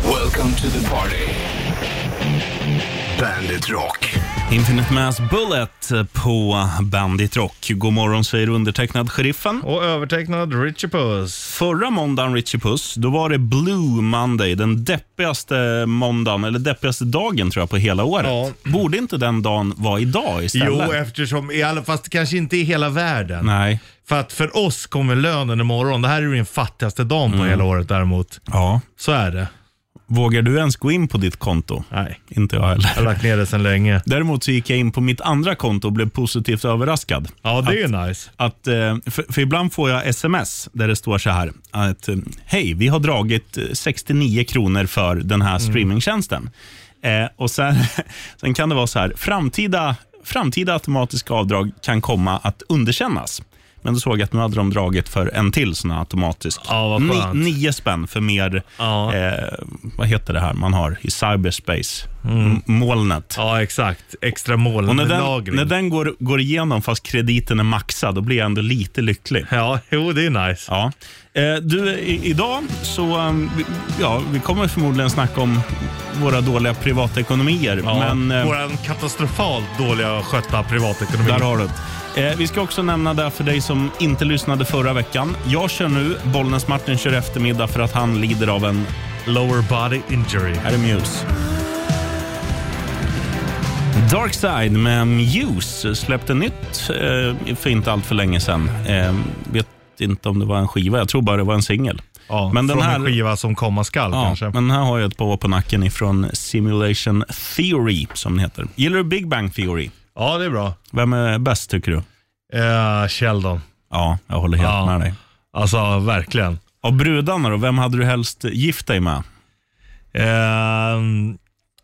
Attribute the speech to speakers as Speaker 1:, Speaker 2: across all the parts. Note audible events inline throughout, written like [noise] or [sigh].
Speaker 1: Welcome to the party. Bandit Rock.
Speaker 2: Infinite Mass Bullet på Bandit Rock. God morgon säger undertecknad sheriffen.
Speaker 3: Och övertecknad Richie Puss.
Speaker 2: Förra måndagen, Richie Puss, då var det Blue Monday. Den deppigaste måndagen, eller deppigaste dagen tror jag på hela året.
Speaker 3: Ja.
Speaker 2: Borde inte den dagen vara idag
Speaker 3: Jo,
Speaker 2: istället?
Speaker 3: eftersom, i alla, fast kanske inte i hela världen.
Speaker 2: Nej.
Speaker 3: För att för oss kommer lönen imorgon. Det här är ju den fattigaste dagen
Speaker 2: Mm.
Speaker 3: på hela året däremot.
Speaker 2: Ja.
Speaker 3: Så är det.
Speaker 2: Vågar du ens gå in på ditt konto?
Speaker 3: Nej.
Speaker 2: Inte jag heller.
Speaker 3: Jag har lagt ner det sedan länge.
Speaker 2: Däremot så gick jag in på mitt andra konto och blev positivt överraskad.
Speaker 3: Ja, det är ju nice.
Speaker 2: Att, eh, för, för ibland får jag sms där det står så här att eh, hej, vi har dragit eh, 69 kronor för den
Speaker 3: Mm.
Speaker 2: här streamingtjänsten. Eh, och sen, [laughs] sen kan det vara så här, framtida, framtida automatiska avdrag kan komma att underkännas. Men då såg jag att nu hade de dragit för en till sån här automatisk.
Speaker 3: Ja, vad skönt.
Speaker 2: nio spänn för mer,
Speaker 3: Ja.
Speaker 2: eh, vad heter det här man har i cyberspace? M- Molnet.
Speaker 3: Mm. Ja, exakt. Extra mål.
Speaker 2: Och när den,
Speaker 3: lagring.
Speaker 2: när den går, går igenom fast krediten är maxad, då blir jag ändå lite lycklig.
Speaker 3: Ja, jo det är nice.
Speaker 2: Ja. Eh, du, i, idag så, um, vi- ja, vi kommer förmodligen snacka om våra dåliga privatekonomier,
Speaker 3: Ja,
Speaker 2: men eh,
Speaker 3: Våran katastrofalt dåliga skötta privatekonomi.
Speaker 2: där har du det. eh, Vi ska också nämna det för dig som inte lyssnade förra veckan. Jag kör nu, Bollnäs-Martin kör eftermiddag för att han lider av en...
Speaker 3: Lower body injury.
Speaker 2: Här är Muse. Darkside med Muse släppte nytt eh, för inte allt för länge sedan. Eh, vet inte om det var en skiva, jag tror bara det var en singel.
Speaker 3: Ja,
Speaker 2: Men den
Speaker 3: från
Speaker 2: här-
Speaker 3: en skiva som komma skall
Speaker 2: Ja,
Speaker 3: kanske.
Speaker 2: men här har jag ett par år på nacken ifrån Simulation Theory, som den heter. Gillar du Big Bang Theory?
Speaker 3: Ja, det är bra.
Speaker 2: Vem är bäst tycker du?
Speaker 3: Eh, Sheldon.
Speaker 2: Ja, jag håller helt
Speaker 3: Ja.
Speaker 2: med dig.
Speaker 3: Alltså verkligen.
Speaker 2: Av brudarna då, vem hade du helst gift dig med?
Speaker 3: Ehm,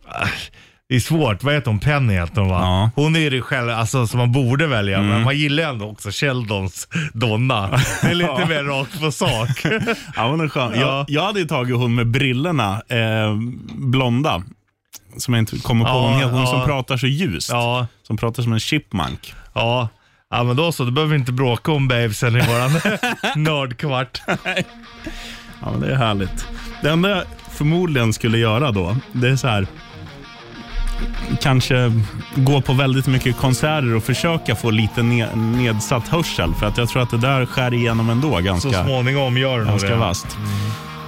Speaker 3: ah, det är svårt. Vad heter hon? Penny heter hon va?
Speaker 2: Ja.
Speaker 3: Hon är ju det själv, alltså, som man borde välja. Men man gillar ju ändå också Sheldons donna. Det är lite mer rakt på sak.
Speaker 2: Ja, hon är skön.
Speaker 3: Ja.
Speaker 2: Jag, jag hade ju tagit hon med brillorna, eh, blonda. Som jag inte kommer på
Speaker 3: Ja,
Speaker 2: vad hon heter. Hon som
Speaker 3: ja.
Speaker 2: pratar så ljust.
Speaker 3: ja,
Speaker 2: Som pratar som en chipmunk.
Speaker 3: ja. Ja men då så, då behöver vi inte bråka om babesen i våran [laughs] nördkvart.
Speaker 2: Ja, men det är härligt. Det enda jag förmodligen skulle göra då, det är så här. Kanske gå på väldigt mycket konserter och försöka få lite ne- nedsatt hörsel. För att jag tror att det där skär igenom ändå
Speaker 3: Så
Speaker 2: ganska,
Speaker 3: småningom gör du nog
Speaker 2: ganska
Speaker 3: det.
Speaker 2: vasst.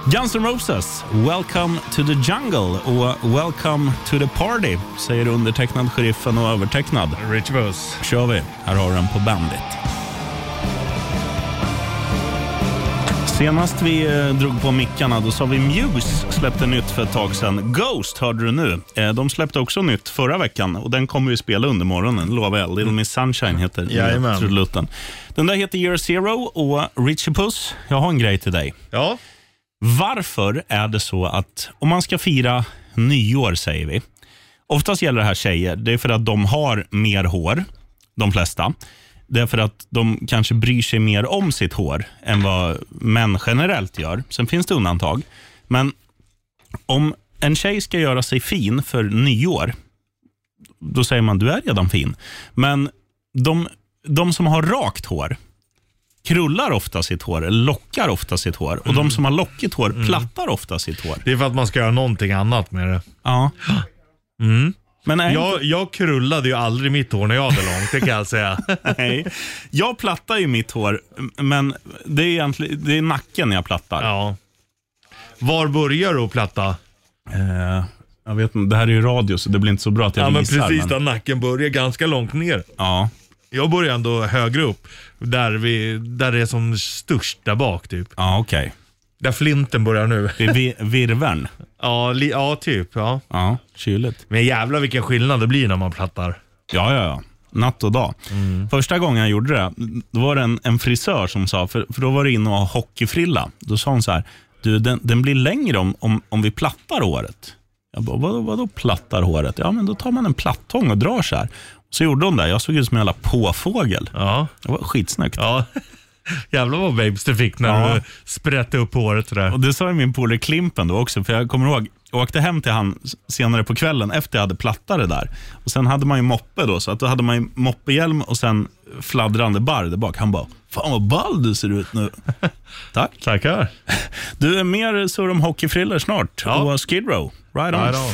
Speaker 2: Guns N' Roses, Welcome to the Jungle och Welcome to the Party, säger undertecknad sheriffen och övertecknad.
Speaker 3: Rich Buss.
Speaker 2: kör vi. Här har du den på Bandit. Senast vi eh, drog på mickarna då sa vi Muse släppte nytt för ett tag sedan. Ghost hörde du nu. Eh, de släppte också nytt förra veckan och den kommer vi spela under morgonen, lovar jag. Little Miss Sunshine heter
Speaker 3: Jajamän.
Speaker 2: nya trudelutten. Den där heter Year Zero och Richie Puss, jag har en grej till dig.
Speaker 3: Ja.
Speaker 2: Varför är det så att om man ska fira nyår, säger vi. Oftast gäller det här tjejer. Det är för att de har mer hår, de flesta. Det är för att de kanske bryr sig mer om sitt hår än vad män generellt gör. Sen finns det undantag. Men om en tjej ska göra sig fin för nyår, då säger man du är redan fin. Men de, de som har rakt hår, krullar ofta sitt hår, eller lockar ofta sitt hår. Och
Speaker 3: Mm.
Speaker 2: de som har lockigt hår plattar ofta sitt hår.
Speaker 3: Det är för att man ska göra någonting annat med det.
Speaker 2: Ja.
Speaker 3: Mm.
Speaker 2: Men är inte-
Speaker 3: Jag, jag krullade ju aldrig mitt hår när jag hade långt, det kan jag säga.
Speaker 2: [laughs] nej. Jag plattar ju mitt hår, men det är egentligen det är nacken jag plattar.
Speaker 3: Ja. Var börjar du att platta?
Speaker 2: Eh, jag vet inte, det här är ju radio så det blir inte så bra att jag
Speaker 3: Ja men
Speaker 2: visar.
Speaker 3: precis
Speaker 2: men-
Speaker 3: där nacken börjar, ganska långt ner.
Speaker 2: ja.
Speaker 3: Jag börjar ändå högre upp, där, vi, där det är som störst där bak typ.
Speaker 2: ja okej.
Speaker 3: Där flinten börjar nu.
Speaker 2: Det är vi- virveln.
Speaker 3: Ja, li, ja typ. Ja.
Speaker 2: Ja, kyligt.
Speaker 3: Men jävlar vilken skillnad det blir när man plattar.
Speaker 2: Ja, ja, ja. Natt och dag. Första gången jag gjorde det, då var det en, en frisör som sa, för, för då var det inne och ha hockeyfrilla. Då sa hon så här, du den, den blir längre om, om, om vi plattar håret. Jag bara, vadå, vadå plattar håret? Ja, men då tar man en plattång och drar så här. Så gjorde hon det. Jag såg ut som en jävla påfågel.
Speaker 3: Ja.
Speaker 2: Det var skitsnyggt.
Speaker 3: ja. [laughs] Jävlar vad babes du fick när
Speaker 2: Ja.
Speaker 3: du sprätte upp håret sådär.
Speaker 2: Och det sa ju min polare Klimpen då också, för jag kommer ihåg, Jag åkte hem till han s- senare på kvällen efter jag hade plattare där. Och Sen hade man ju moppe då, så att då hade man ju moppehjälm och sen fladdrande barr där bak. Han bara, fan vad ball du ser ut nu.
Speaker 3: [laughs]
Speaker 2: Tack.
Speaker 3: Tackar.
Speaker 2: Du är mer surr om hockeyfriller snart
Speaker 3: Ja.
Speaker 2: och Skid Row. Right on.
Speaker 3: Right on.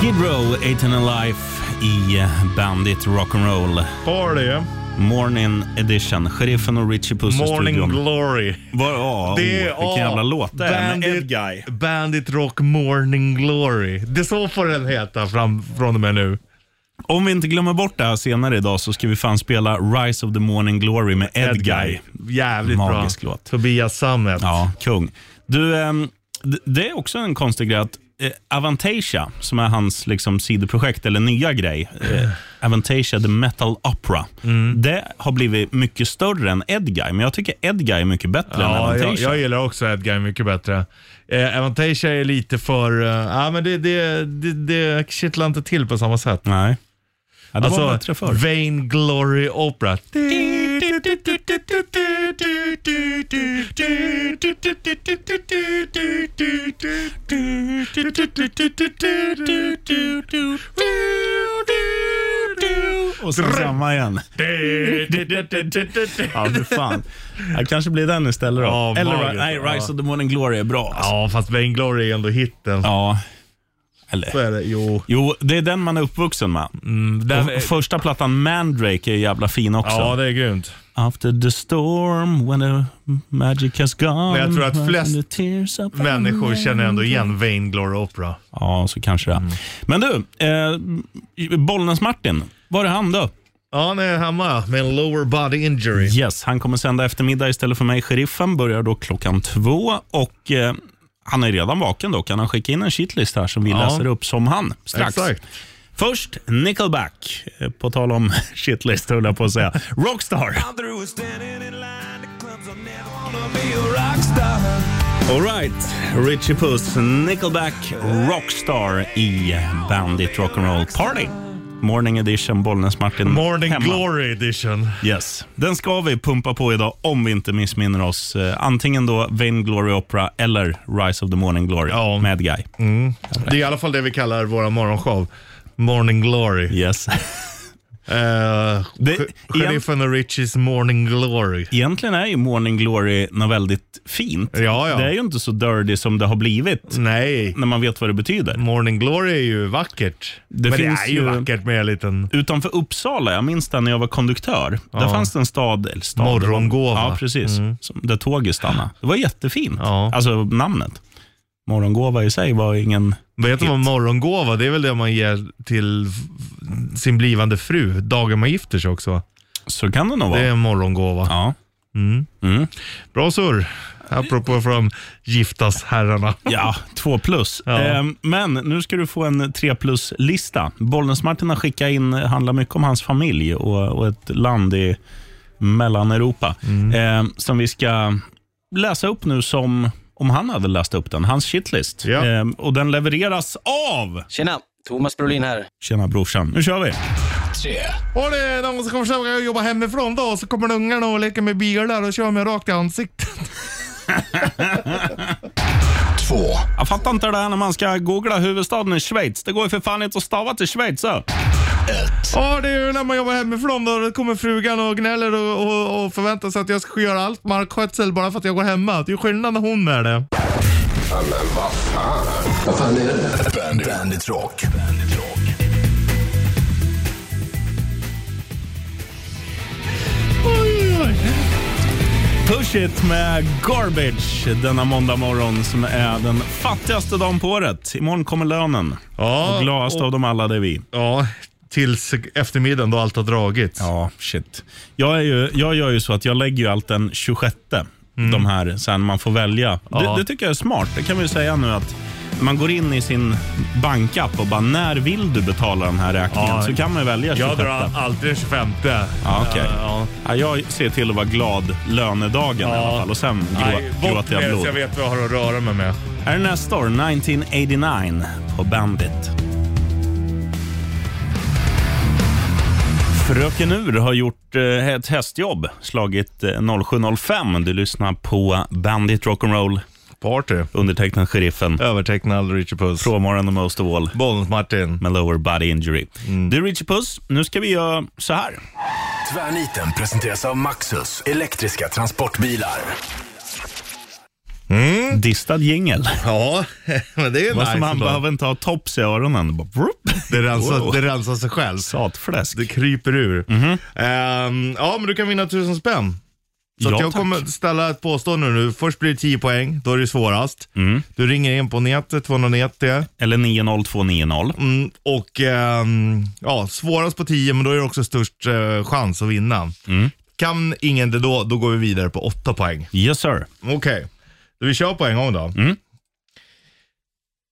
Speaker 2: Skid Row, 18 Alive i Bandit Rock'n'Roll.
Speaker 3: Party.
Speaker 2: Morning Edition. Sheriffen och Richie Puss i
Speaker 3: Morning
Speaker 2: studion.
Speaker 3: Glory.
Speaker 2: Var, oh,
Speaker 3: Det är
Speaker 2: vilken jävla låt det är med Ed
Speaker 3: Bandit,
Speaker 2: Guy.
Speaker 3: Bandit Rock Morning Glory. Det så får den heta fram, från och med nu.
Speaker 2: Om vi inte glömmer bort det här senare idag så ska vi fan spela Rise of the Morning Glory med Ed, Guy.
Speaker 3: Jävligt
Speaker 2: Magisk
Speaker 3: bra.
Speaker 2: låt.
Speaker 3: Tobias Sammet.
Speaker 2: Ja, kung. Du, ehm, d- det är också en konstig grej att eh, Avantasia, som är hans liksom, sidoprojekt eller nya grej, eh, Avantasia the Metal Opera,
Speaker 3: Mm.
Speaker 2: det har blivit mycket större än Ed Guy, men jag tycker Ed Guy är mycket bättre än
Speaker 3: Ja, jag,
Speaker 2: Avantasia.
Speaker 3: jag gillar också Edguy mycket bättre. Eh, Avantasia är lite för... eh, Ja, men det, det, det, det kittlar inte till på samma sätt.
Speaker 2: Nej. Ja, det
Speaker 3: Alltså,
Speaker 2: var bättre förr.
Speaker 3: Vain Glory Opera.
Speaker 2: Och så samma igen. Ja, för
Speaker 3: [laughs]
Speaker 2: fan. Det kanske blir den istället då.
Speaker 3: Ja,
Speaker 2: Eller
Speaker 3: magiskt.
Speaker 2: nej, Rise
Speaker 3: Ja.
Speaker 2: of the Morning Glory är bra. alltså.
Speaker 3: Ja, fast Vain Glory är ändå hitten.
Speaker 2: ja. Eller?
Speaker 3: Så är det. Jo.
Speaker 2: Jo, det är den man är uppvuxen med. Och första plattan Mandrake är jävla fin också.
Speaker 3: Ja, det är grymt.
Speaker 2: After the storm when the magic has gone.
Speaker 3: Men jag tror att
Speaker 2: and
Speaker 3: flest
Speaker 2: the tears of-
Speaker 3: Människor känner Mm. ändå igen Vain Glory Opera.
Speaker 2: Ja, så kanske det. Men du, eh, Bollnäs-Martin, var är han då?
Speaker 3: Ja, nej, hemma med en lower body injury.
Speaker 2: Yes, han kommer sända eftermiddag istället för mig. Sheriffen börjar då klockan två och eh, han är redan vaken då. Kan han skicka in en shitlist här som vi
Speaker 3: Ja.
Speaker 2: läser upp som han strax?
Speaker 3: Exakt.
Speaker 2: Först Nickelback, Eh, på tal om [laughs] shitlist höll jag på att säga. Rockstar.
Speaker 1: I'm through with standing in line to clubs. I never wanna be a rock star.
Speaker 2: Alright, Richie Puss, Nickelback, Rockstar i Bandit Rock'n'Roll Party. Morning edition, Bollnäs-Martin.
Speaker 3: Morning
Speaker 2: hemma.
Speaker 3: Glory edition.
Speaker 2: Yes. Den ska vi pumpa på idag om vi inte missminner oss. Eh, Antingen då Vain Glory Opera eller Rise of the Morning Glory
Speaker 3: Ja. Mm.
Speaker 2: med Guy.
Speaker 3: Det är i alla fall det vi kallar vår morgonshow. Morning Glory.
Speaker 2: Yes.
Speaker 3: Eh,
Speaker 2: Det-
Speaker 3: sh- Sheriffen och Richies Morning Glory.
Speaker 2: Egentligen är ju Morning Glory något väldigt fint.
Speaker 3: Ja, Mm. ja.
Speaker 2: Det är ju inte så dirty som det har blivit
Speaker 3: Nej,
Speaker 2: när man vet vad det betyder.
Speaker 3: Morning Glory är ju vackert.
Speaker 2: Det
Speaker 3: Men
Speaker 2: finns
Speaker 3: det är ju,
Speaker 2: ju-
Speaker 3: vackert med en liten...
Speaker 2: Utanför Uppsala, jag minns det när jag var konduktör. Där fanns det en stad, eller stad
Speaker 3: Morgongåva. Mm.
Speaker 2: Ja, precis. Som, där tåget stannade. Det var jättefint.
Speaker 3: Ja.
Speaker 2: Alltså namnet. Morgongåva i sig var ingen...
Speaker 3: Vet du vad morgongåva, det är väl det man ger till f- sin blivande fru dagen man gifter sig också? va?
Speaker 2: Så kan det nog
Speaker 3: Det
Speaker 2: vara.
Speaker 3: är en morgongåva.
Speaker 2: Ja.
Speaker 3: Bra surr. Apropå från giftas herrarna.
Speaker 2: Ja, två plus. Ehm, men nu ska du få en tre plus-lista. Bollnäs-Martin har skickat in, eh, handlar mycket om hans familj och, och ett land i Mellaneuropa ehm, som vi ska läsa upp nu som om han hade läst upp den, hans shitlist.
Speaker 3: Ja.
Speaker 2: Ehm, och den levereras av...
Speaker 4: Tjena, Thomas Brolin här.
Speaker 2: Tjena brorsan, nu kör vi.
Speaker 3: Och det är någon som kommer försöka jobba hemifrån då, så kommer ungarna och leker med bilar och kör mig rakt i ansiktet.
Speaker 2: Jag fattar inte det här när man ska googla huvudstaden i Schweiz. Det går ju för fan inte att stava till Schweiz. Så.
Speaker 3: Ja, det är ju när man jobbar hemifrån då. Då kommer frugan och gnäller och, och, och förväntar sig att jag ska göra allt markskötsel bara för att jag går hemma. Det är ju skillnad när hon är det.
Speaker 1: Bandit. Bandit Rock.
Speaker 2: Push it med Garbage denna måndag morgon som är den fattigaste dagen på året. Imorgon kommer lönen.
Speaker 3: Ja,
Speaker 2: och gladast av dem alla det är vi.
Speaker 3: Ja, tills eftermiddagen då allt har dragits.
Speaker 2: Ja, shit. Jag, är ju, jag gör ju så att jag lägger ju allt den 26. De här sen man får välja.
Speaker 3: Mm. Ja.
Speaker 2: Det, det tycker jag är smart. Det kan vi ju säga nu att man går in i sin bankapp och bara när vill du betala den här räkningen?
Speaker 3: Ja.
Speaker 2: Så kan man ju välja 26.
Speaker 3: Jag drar alltid den 25.
Speaker 2: Ja, okej.
Speaker 3: Ja,
Speaker 2: Ja, jag ser till att vara glad lönedagen i alla fall och sen
Speaker 3: ja.
Speaker 2: grå,
Speaker 3: Nej, bort
Speaker 2: gråter jag
Speaker 3: med det så
Speaker 2: blod.
Speaker 3: jag vet vad jag har att röra mig med.
Speaker 2: Här är nästa år, 1989 på Bandit. Fröken Ur har gjort eh, ett hästjobb, slagit eh, 07.05. Du lyssnar på Bandit Rock'n'Roll,
Speaker 3: Party.
Speaker 2: undertecknad Sheriffen,
Speaker 3: Övertecknad Richard Puss.
Speaker 2: Frånvarande Most of All
Speaker 3: Bollnäs Martin.
Speaker 2: med Lower Body Injury.
Speaker 3: Mm.
Speaker 2: Du Richie Puss, nu ska vi göra så här.
Speaker 4: Tvärniten presenteras av Maxus, elektriska transportbilar.
Speaker 2: Distad jingel.
Speaker 3: Ja, [laughs] men det är ju
Speaker 2: Vad som
Speaker 3: nice.
Speaker 2: man
Speaker 3: ändå.
Speaker 2: behöver inte ha tops i öronen. Bara, brup.
Speaker 3: Det rensar,
Speaker 2: Wow.
Speaker 3: det rensar sig själv.
Speaker 2: Satfläsk.
Speaker 3: Det kryper ur. Ehm, ja, men du kan vinna tusen spänn. Så
Speaker 2: Ja,
Speaker 3: att jag
Speaker 2: tack.
Speaker 3: kommer ställa ett påstående nu. Först blir det 10 poäng, då är det svårast. Du ringer in på nätet, 290.
Speaker 2: Eller 90290.
Speaker 3: Mm, och ehm, ja, svårast på 10, men då är det också störst eh, chans att vinna. Kan ingen det då, då går vi vidare på 8 poäng.
Speaker 2: Yes sir.
Speaker 3: Okej, då vi kör på en gång då.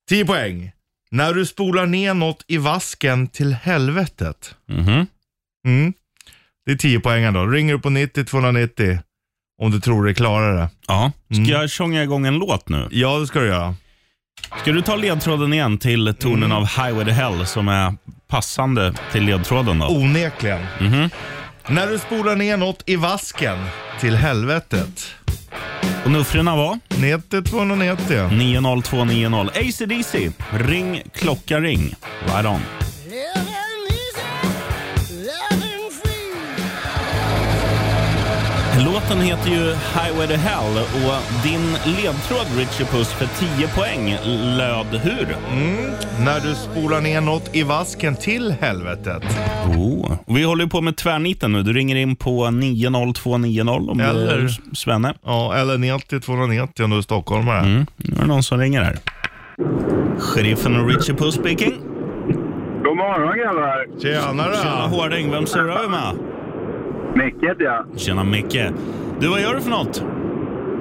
Speaker 3: 10 poäng. När du spolar ner något i vasken till helvetet.
Speaker 2: Mhm.
Speaker 3: Mm. Det är 10 poäng då. Ringer du på 90 290 om du tror du klarar det.
Speaker 2: Ja. Ska jag sjunga igång en låt nu?
Speaker 3: Ja, det ska du göra.
Speaker 2: Ska du ta ledtråden igen till tonen av Highway to Hell som är passande till ledtråden
Speaker 3: Oh.
Speaker 2: då?
Speaker 3: Onekligen.
Speaker 2: Mhm.
Speaker 3: När du spolar ner något i vasken till helvetet.
Speaker 2: Och nuffrorna var
Speaker 3: 90 290.
Speaker 2: 90290. AC/DC. Ring klocka ring. Right on. Låten heter ju Highway to Hell och din ledtråd Richie Puss för 10 poäng löd hur?
Speaker 3: När du spolar ner något i vasken till helvetet.
Speaker 2: Oh. Och Vi håller ju på med tvärniten nu. Du ringer in på 90290 om
Speaker 3: Eller-
Speaker 2: du är Svenne.
Speaker 3: Ja, eller 90 290 om du är stockholmare.
Speaker 2: Mm. Nu är det någon som ringer här. Sheriffen och Richie Puss speaking.
Speaker 5: God morgon grabbar!
Speaker 2: Tjena
Speaker 3: Tjenare!
Speaker 2: Hårding, vem surar vi med?
Speaker 5: Micke heter jag.
Speaker 2: Tjena Micke. Du, vad gör du för något?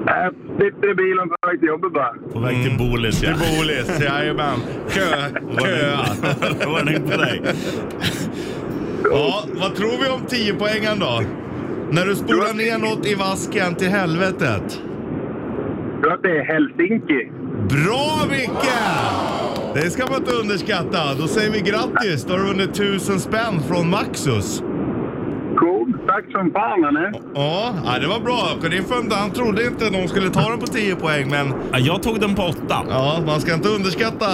Speaker 5: Jag Äh, sitter i bilen på väg till jobbet bara.
Speaker 2: På väg till Bolis, [laughs] ja.
Speaker 3: Bolis, jajamän. Kö, köa.
Speaker 2: Ordning på dig.
Speaker 3: Ja, vad tror vi om 10 poängen då? När du spolar ner något i vasken till helvetet.
Speaker 5: Jag tror att det är Helsinki.
Speaker 3: Bra Micke! Det ska man inte underskatta. Då säger vi grattis. Då har du vunnit 1000 spänn från Maxus.
Speaker 5: Cool. Tack som fan hörni.
Speaker 3: Ja, ja, det var bra. Sheriffen han trodde inte någon skulle ta den på 10 poäng, men
Speaker 2: Ja, jag tog den på åtta.
Speaker 3: ja, man ska inte underskatta.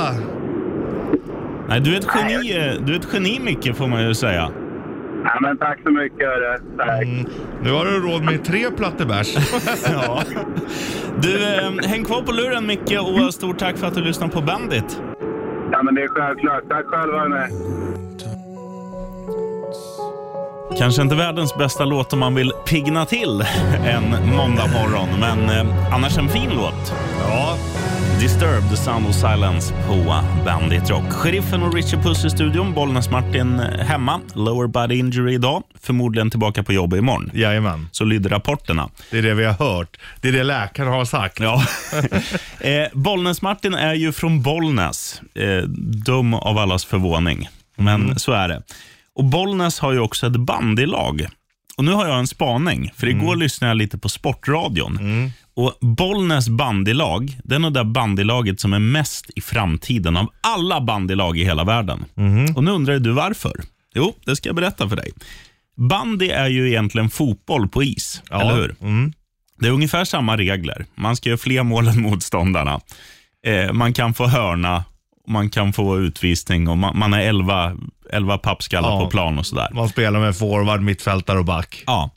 Speaker 2: Nej, du är ett geni, eh, du är ett geni Micke, får man ju säga.
Speaker 5: Ja, men tack så mycket hörru. Tack.
Speaker 3: Mm, nu har du råd med tre
Speaker 2: [laughs]
Speaker 3: plattor bärs.
Speaker 2: Ja. Du, eh, häng kvar på luren Micke och stort tack för att du lyssnar på Bandit.
Speaker 5: Ja men det är självklart. Tack själva hörni.
Speaker 2: Kanske inte världens bästa låt om man vill pigna till en måndag morgon, men eh, annars en fin låt.
Speaker 3: Ja,
Speaker 2: Disturbed, The Sound of Silence på Bandit Rock. Sheriffen och Richard Puss i studion, Bollnäs-Martin hemma. Lower body injury idag, förmodligen tillbaka på jobbet imorgon.
Speaker 3: jajamän.
Speaker 2: Så lyder rapporterna.
Speaker 3: Det är det vi har hört. Det är det läkaren har sagt.
Speaker 2: Ja. eh, Bollnäs-Martin är ju från Bollnäs. Eh, dum av allas förvåning, men så är det. Och Bollnäs har ju också ett bandylag. Och nu har jag en spaning, för igår lyssnade jag lite på sportradion. Och Bollnäs bandylag, det är nog det bandylaget som är mest i framtiden av alla bandylag i hela världen. Och nu undrar du varför? Jo, det ska jag berätta för dig. Bandy är ju egentligen fotboll på is, eller hur?
Speaker 3: Mm.
Speaker 2: Det är ungefär samma regler. Man ska göra fler mål än motståndarna. Eh, man kan få hörna, man kan få utvisning och man, man är 11, 11 pappskallar
Speaker 3: Ja.
Speaker 2: på plan och sådär.
Speaker 3: Man spelar med forward, mittfältare och back.
Speaker 2: Ja.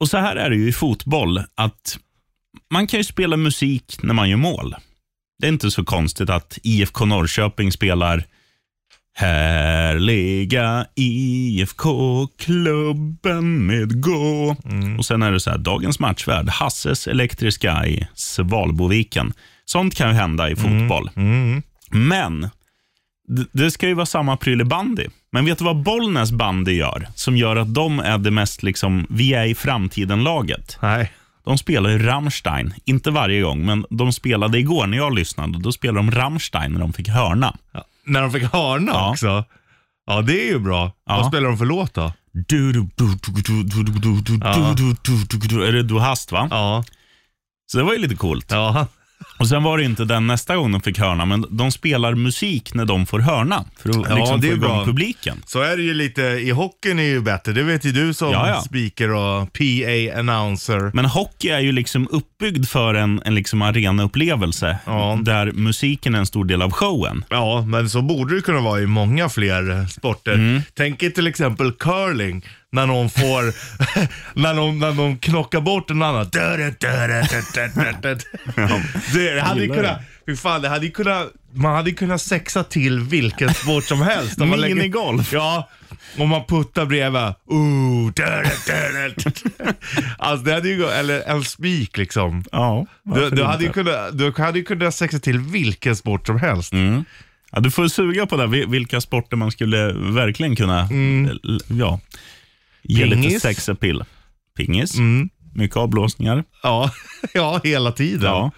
Speaker 2: Och så här är det ju i fotboll, att man kan ju spela musik när man gör mål. Det är inte så konstigt att IFK Norrköping spelar Härliga IFK-klubben med gå.
Speaker 3: Mm.
Speaker 2: Och sen är det så här, dagens matchvärd, Hasses elektriska i Svalboviken. Sånt kan ju hända i fotboll.
Speaker 3: Mm.
Speaker 2: Men d- det ska ju vara samma pryl i bandy. Men vet du vad Bollnäs bandy gör som gör att de är det mest liksom, vi är i framtiden-laget?
Speaker 3: Nej.
Speaker 2: De spelar ju Rammstein, inte varje gång, men de spelade igår när jag lyssnade. Då spelade de Rammstein när de fick hörna.
Speaker 3: När de fick hörna
Speaker 2: Ja.
Speaker 3: också. Ja, det är ju bra.
Speaker 2: Ja.
Speaker 3: Vad spelar de för låt då?
Speaker 2: Du, du, du, du, du, du, du, du, du, du, du, du, du, du. Är det Du Hast va?
Speaker 3: Ja.
Speaker 2: Så det var ju lite coolt.
Speaker 3: Ja.
Speaker 2: Och sen var det inte den nästa gång de fick hörna, men de spelar musik när de får hörna. För att
Speaker 3: Ja,
Speaker 2: liksom
Speaker 3: det är
Speaker 2: få igång
Speaker 3: bra.
Speaker 2: publiken.
Speaker 3: Så är det ju lite, i hockeyn är ju bättre. Det vet ju du som
Speaker 2: Ja, ja.
Speaker 3: speaker och PA-announcer.
Speaker 2: Men hockey är ju liksom uppbyggd för en, en liksom arenaupplevelse
Speaker 3: Ja.
Speaker 2: där musiken är en stor del av showen.
Speaker 3: Ja, men så borde det kunna vara i många fler sporter.
Speaker 2: Mm.
Speaker 3: Tänk er till exempel curling. När någon får,
Speaker 2: [laughs]
Speaker 3: när någon, när någon knockar bort en annan. Dörre, dörre, dörre, dörre, dörre. Det, det hade ju
Speaker 2: gillar
Speaker 3: kunnat, fy fan, det hade ju kunnat, man hade ju kunnat sexa till vilken sport som helst. Om man lägger-
Speaker 2: Minigolf.
Speaker 3: Ja, om man puttar bredvid. Ooh, dörre, dörre, dörre. Alltså det hade ju gått, eller en spik liksom.
Speaker 2: Ja,
Speaker 3: Du, du, hade ju kunnat, du hade ju kunnat sexa till vilken sport som helst.
Speaker 2: ja, du får suga på det, här, vil- vilka sporter man skulle verkligen kunna eh, l- ja, ge lite
Speaker 3: Mm. Pingis. Mm.
Speaker 2: sex appeal. Pingis, mycket avblåsningar.
Speaker 3: Ja, [laughs] ja hela tiden.
Speaker 2: Ja.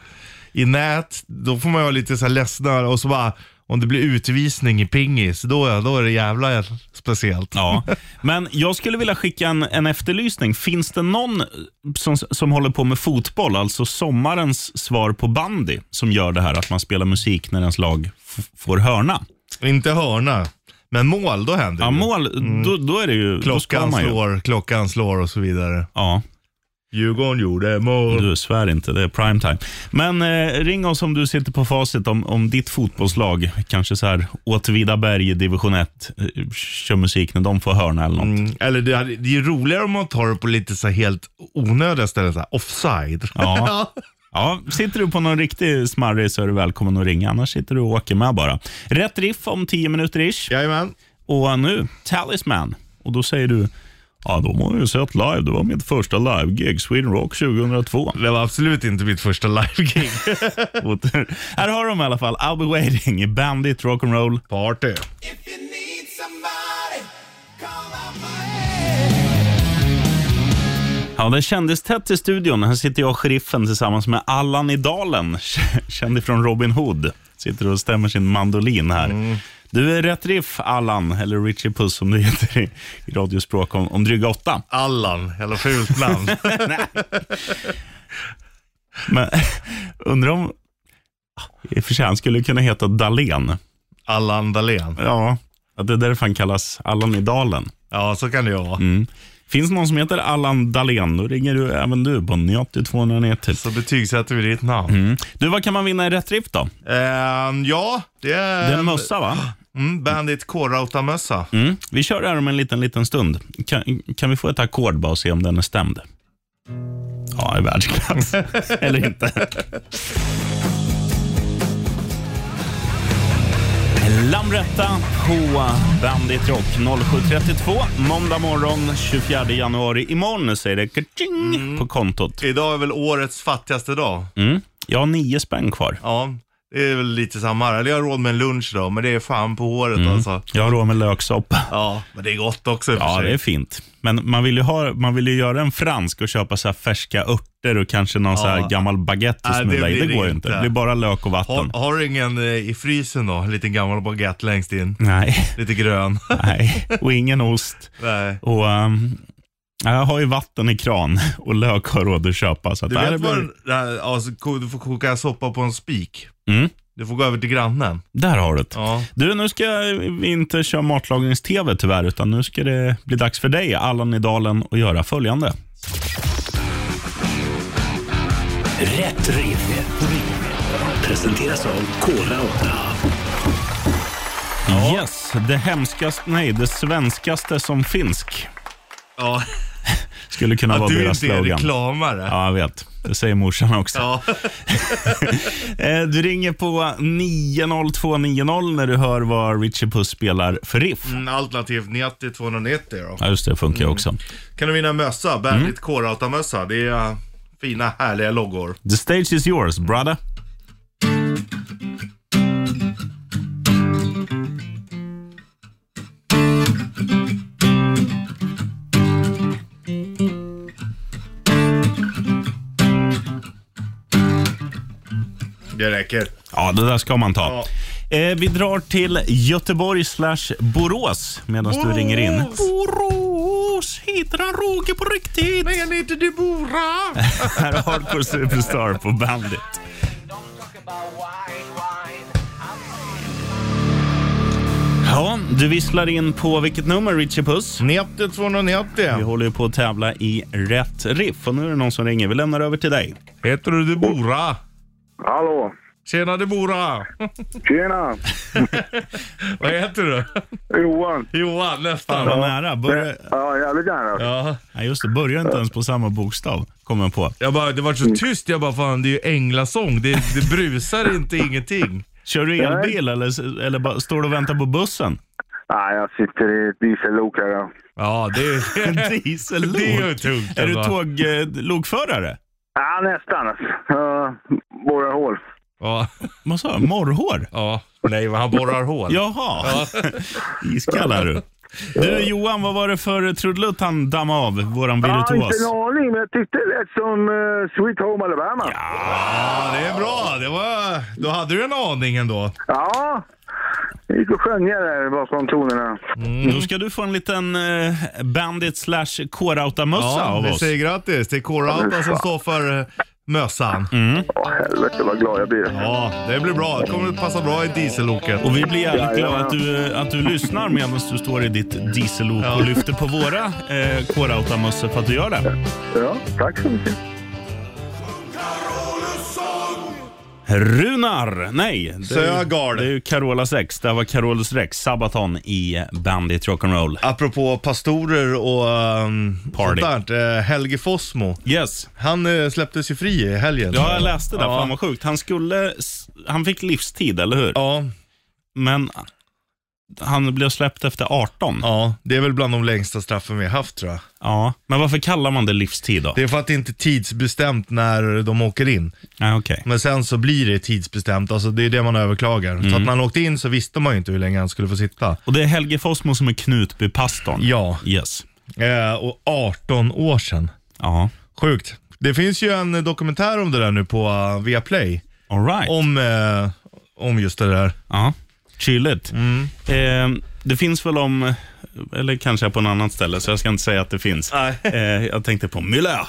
Speaker 3: I nät, då får man ju vara lite så här ledsna och så bara, om det blir utvisning i pingis, då, då är det jävla speciellt.
Speaker 2: Ja, men jag skulle vilja skicka en, en efterlysning. Finns det någon som, som håller på med fotboll, alltså sommarens svar på bandy, som gör det här att man spelar musik när ens lag f- får hörna?
Speaker 3: Inte hörna, men mål, då händer
Speaker 2: Ja,
Speaker 3: det.
Speaker 2: mål, då, då är det ju... då ska
Speaker 3: Mm. Klockan
Speaker 2: man ju.
Speaker 3: slår, klockan slår och så vidare.
Speaker 2: Ja,
Speaker 3: Djurgården gjorde mål.
Speaker 2: du svär inte. Det är prime time. Men eh, ring oss om du sitter på facit om, om ditt fotbollslag, kanske så här Åtvidaberg, division 1, eh, kör musik när de får hörna eller något.
Speaker 3: Mm, eller det, hade- det är ju roligare om man tar det på lite så här helt onödiga ställen, så här offside. [laughs]
Speaker 2: Ja. Ja, sitter du på någon riktig smarrig så är du välkommen att ringa. Annars sitter du och åker med bara. Rätt riff om 10 minuter ish.
Speaker 3: Jajamän.
Speaker 2: Och nu, Talisman. Och då säger du, ja de har ju sett live. Det var mitt första live-gig, Sweden Rock 2002.
Speaker 3: Det var absolut inte mitt
Speaker 2: [laughs]
Speaker 3: första live-gig.
Speaker 2: Och här har de i alla fall, I'll be waiting i Bandit Rock'n'Roll.
Speaker 1: If
Speaker 3: Party.
Speaker 1: you need somebody, call up my head.
Speaker 2: Ja, det kändes tätt i studion. Här sitter jag, sheriffen, tillsammans med Allan i dalen, [laughs] känd ifrån Robin Hood. Sitter och stämmer sin mandolin här. Du är rätt riff, Allan, eller Richie Puss som det [laughs] heter i, i radiospråk, om, om dryga åtta.
Speaker 3: Allan, eller
Speaker 2: [laughs]
Speaker 3: fult namn.
Speaker 2: Men [laughs] undrar om... I och för sig, han skulle kunna heta Dalen.
Speaker 3: Allan Dahlén.
Speaker 2: Ja. Att det är därför han kallas Allan i dalen. Mm.
Speaker 3: Ja, så kan det ju vara.
Speaker 2: Finns det någon som heter Allan Dalen, då ringer du även du på 90 290.
Speaker 3: Så betygsätter vi ditt namn.
Speaker 2: Mm. Du, vad kan man vinna i rätt riff då?
Speaker 3: Ehm, ja, det är
Speaker 2: Det är en mössa, va?
Speaker 3: Mm, Bandit K-Rauta-mössa.
Speaker 2: Mm. Vi kör det här om en liten, liten stund. Kan, kan vi få ett ackord bara och se om den är stämd? Ja, i världsklass. Eller inte. Lamretta, Hoa, Bandit Rock 0732. Måndag morgon 24 januari. Imorgon säger det kaching på kontot.
Speaker 3: Idag är väl årets fattigaste dag.
Speaker 2: Mm. Jag har nio spänn kvar.
Speaker 3: Ja, det är väl lite samma här. Eller jag har råd med en lunch idag, men det är fan på håret
Speaker 2: Mm.
Speaker 3: alltså.
Speaker 2: Jag har råd med löksoppa.
Speaker 3: Ja, men det är gott också i och för
Speaker 2: Ja,
Speaker 3: sig.
Speaker 2: det är fint. Men man vill ju, ha, man vill ju göra en fransk och köpa så här färska örter och kanske någon så här gammal baguette att
Speaker 3: Nej,
Speaker 2: smuggla
Speaker 3: det
Speaker 2: i. Det
Speaker 3: blir
Speaker 2: går ju
Speaker 3: det
Speaker 2: inte.
Speaker 3: inte.
Speaker 2: Det blir bara lök och vatten.
Speaker 3: har, har du ingen eh, i frysen då? En liten gammal baguette längst
Speaker 2: Mm.
Speaker 3: in.
Speaker 2: Nej,
Speaker 3: Lite grön.
Speaker 2: [laughs]
Speaker 3: [laughs]
Speaker 2: nej. Och ingen ost.
Speaker 3: Nej.
Speaker 2: Och, ehm, jag har ju vatten i kran och lök har råd att köpa. Så att
Speaker 3: Du
Speaker 2: nej, det
Speaker 3: vet
Speaker 2: blir-
Speaker 3: vad den- det här, alltså, ko- du får koka soppa på en spik.
Speaker 2: Mm.
Speaker 3: Du får gå över till grannen.
Speaker 2: Där har du det.
Speaker 3: Ja.
Speaker 2: Du, nu ska vi inte köra matlagnings-tv tyvärr, utan nu ska det bli dags för dig, Allan i dalen, att göra följande.
Speaker 4: Rätt riff. Presenteras av Kora 8.
Speaker 2: Yes, det hemskaste, nej, det svenskaste som finsk
Speaker 3: ja.
Speaker 2: skulle kunna
Speaker 3: Att
Speaker 2: vara
Speaker 3: du
Speaker 2: deras
Speaker 3: inte är
Speaker 2: slogan.
Speaker 3: reklamare.
Speaker 2: Ja, jag vet. Det säger morsan också.
Speaker 3: Ja.
Speaker 2: Eh, Du ringer på 90290 när du hör vad Richie Puss spelar för riff.
Speaker 3: Mm, Alternativt 90 290 då.
Speaker 2: Ja, just det. funkar ju också.
Speaker 3: Kan du vinna mössa? Bandit mm. mössa Det är äh, fina härliga loggor.
Speaker 2: The stage is yours, brother.
Speaker 3: Det räcker.
Speaker 2: Ja, det där ska man ta. Eh, vi drar till Göteborg slash Borås medan du ringer in. Borås! Heter han Roger på riktigt?
Speaker 3: Nej, han heter Debora.
Speaker 2: Här är Hardcore Superstar på Bandit.
Speaker 6: Dom
Speaker 2: Ja, du visslar in på vilket nummer, Richie Puss?
Speaker 3: 90
Speaker 2: Vi
Speaker 3: 290.
Speaker 2: håller ju på att tävla i rätt riff och nu är det någon som ringer. Vi lämnar över till dig.
Speaker 3: Heter du Debora?
Speaker 5: Hallå!
Speaker 3: Tjena Debora!
Speaker 5: Tjena!
Speaker 3: [laughs] Vad heter du?
Speaker 5: Johan!
Speaker 3: Johan,
Speaker 2: Var
Speaker 3: nästan.
Speaker 2: nära. Börja...
Speaker 5: Ja, jävligt gärna.
Speaker 3: Ja.
Speaker 2: Nej, just det. Börja inte ens på samma bokstav, kommer jag på.
Speaker 3: Jag bara, det var så tyst. Jag bara, fan det är ju änglasång. Det, det brusar inte ingenting.
Speaker 2: Kör du elbil eller, eller bara, står du och väntar på bussen?
Speaker 5: Nej, jag sitter i ett diesellok här. ja.
Speaker 3: [laughs] Ja, det
Speaker 2: [laughs] En
Speaker 3: är...
Speaker 2: diesellok?
Speaker 3: Det är ju tungt alltså.
Speaker 2: Är du eh,
Speaker 3: ändå.
Speaker 2: tåglokförare?
Speaker 5: Ja, nästan alltså. Uh, borrar hål.
Speaker 3: Ja,
Speaker 2: Vad sa jag? Morrhår?
Speaker 3: ja. Nej, men han borrar hål.
Speaker 2: Jaha. [laughs] Iskall är du. Du Johan, vad var det för trudelutt han dammade av, våran
Speaker 5: Ja, inte
Speaker 2: virtuos?
Speaker 5: en aning, men jag tyckte det lät som eh, Sweet Home Alabama. Ja,
Speaker 3: Ja, det är bra. Det var... Då hade du en aning ändå.
Speaker 5: ja. det gick att skönja där bakom tonerna.
Speaker 2: Då ska du få en liten eh, bandit slash kårauta-mössa
Speaker 3: Ja,
Speaker 2: av
Speaker 3: vi
Speaker 2: oss.
Speaker 3: säger grattis. Det är Kårauta som står för eh, mössan.
Speaker 5: Åh, helvete vad glad jag blir.
Speaker 3: Ja, det blir bra. Det kommer att passa bra i dieselloket.
Speaker 2: Och vi blir jävligt glada
Speaker 5: Jajamän.
Speaker 2: att du, att du lyssnar medan du står i ditt diesellok
Speaker 3: Ja.
Speaker 2: och lyfter på våra eh, kårauta-mössor för att du gör det.
Speaker 5: Ja, tack så mycket.
Speaker 2: Runar! Nej, det är, ju-
Speaker 3: Sögaard.
Speaker 2: det är ju Carolas ex. Det här var Carolas Rex, Sabaton i Bandit Rock'n'Roll.
Speaker 3: Apropå pastorer och um,
Speaker 2: Party.
Speaker 3: sånt där. eh, Helge Fossmo.
Speaker 2: Yes.
Speaker 3: Han eh, släpptes ju fri i helgen.
Speaker 2: Ja, jag läste det.
Speaker 3: Ja.
Speaker 2: Fan vad sjukt. Han skulle... s- Han fick livstid, eller hur?
Speaker 3: Ja,
Speaker 2: Men han blev släppt efter 18. Ja.
Speaker 3: ja, det är väl bland de längsta straffen vi har haft tror jag.
Speaker 2: Men varför kallar man det livstid då?
Speaker 3: Det är för att det inte är tidsbestämt när de åker in.
Speaker 2: Ja, okej.
Speaker 3: Men sen så blir det tidsbestämt, alltså det är det man överklagar. Så att när han åkte in så visste man ju inte hur länge han skulle få sitta.
Speaker 2: Och det är Helge Fossmo som är Knutbypastorn?
Speaker 3: Ja,
Speaker 2: Yes.
Speaker 3: eh, och 18 år sedan.
Speaker 2: Ja.
Speaker 3: Sjukt. Det finns ju en dokumentär om det där nu på eh, Viaplay.
Speaker 2: All right.
Speaker 3: Om, eh, om just det där.
Speaker 2: Ja. Chilligt.
Speaker 3: Mm.
Speaker 2: Eh, det finns väl om... Eller kanske på något annat ställe, så jag ska inte säga att det finns.
Speaker 3: Nej.
Speaker 2: Eh, jag tänkte på Müller.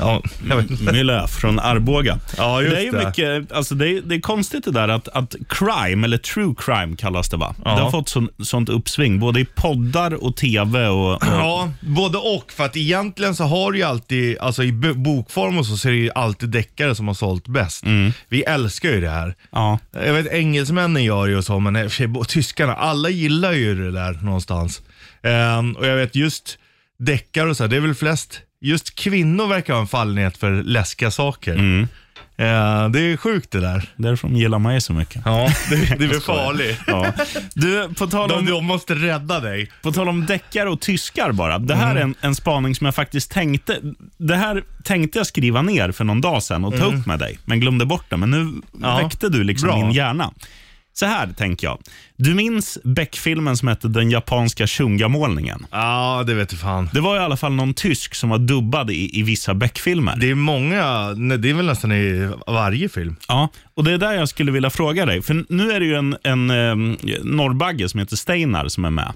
Speaker 3: Ja, jag vet inte.
Speaker 2: Müller från Arboga.
Speaker 3: Ja, just
Speaker 2: det är ju
Speaker 3: det.
Speaker 2: mycket, alltså det, är, det är konstigt det där att, att crime, eller true crime kallas det va?
Speaker 3: Ja.
Speaker 2: Det har fått sån, sånt uppsving, både i poddar och tv och... och
Speaker 3: Ja, både och. För att egentligen så har ju alltid, alltså i bo- bokform och så, så är det ju alltid deckare som har sålt bäst. Vi älskar ju det här.
Speaker 2: ja.
Speaker 3: Jag vet engelsmännen gör ju så, men i och för sig, bo- tyskarna, alla gillar ju det där någonstans. Ehm, och jag vet just deckare och så här, det är väl flest, just kvinnor verkar ha en fallenhet för läskiga saker. Ehm, det är sjukt det där.
Speaker 2: Därför de gillar mig så mycket.
Speaker 3: Ja, det, det är farligt.
Speaker 2: Ja. Du, på tal
Speaker 3: De,
Speaker 2: om,
Speaker 3: de måste rädda dig.
Speaker 2: på tal om deckare och tyskar bara. Det här är
Speaker 3: Mm.
Speaker 2: en, en spaning som jag faktiskt tänkte, det här tänkte jag skriva ner för någon dag sedan och ta upp med dig, men glömde bort det. Men nu
Speaker 3: Mm. Ja.
Speaker 2: väckte du liksom
Speaker 3: Bra.
Speaker 2: min hjärna. Så här tänker jag. Du minns Beck-filmen som hette Den japanska shungamålningen?
Speaker 3: Ja, det vet du fan.
Speaker 2: Det var i alla fall någon tysk som var dubbad i, i vissa Beck-filmer.
Speaker 3: Det är många, nej, det är väl nästan i varje film.
Speaker 2: Ja, och det är där jag skulle vilja fråga dig. För nu är det ju en, en eh, norrbagge som heter Steinar som är med.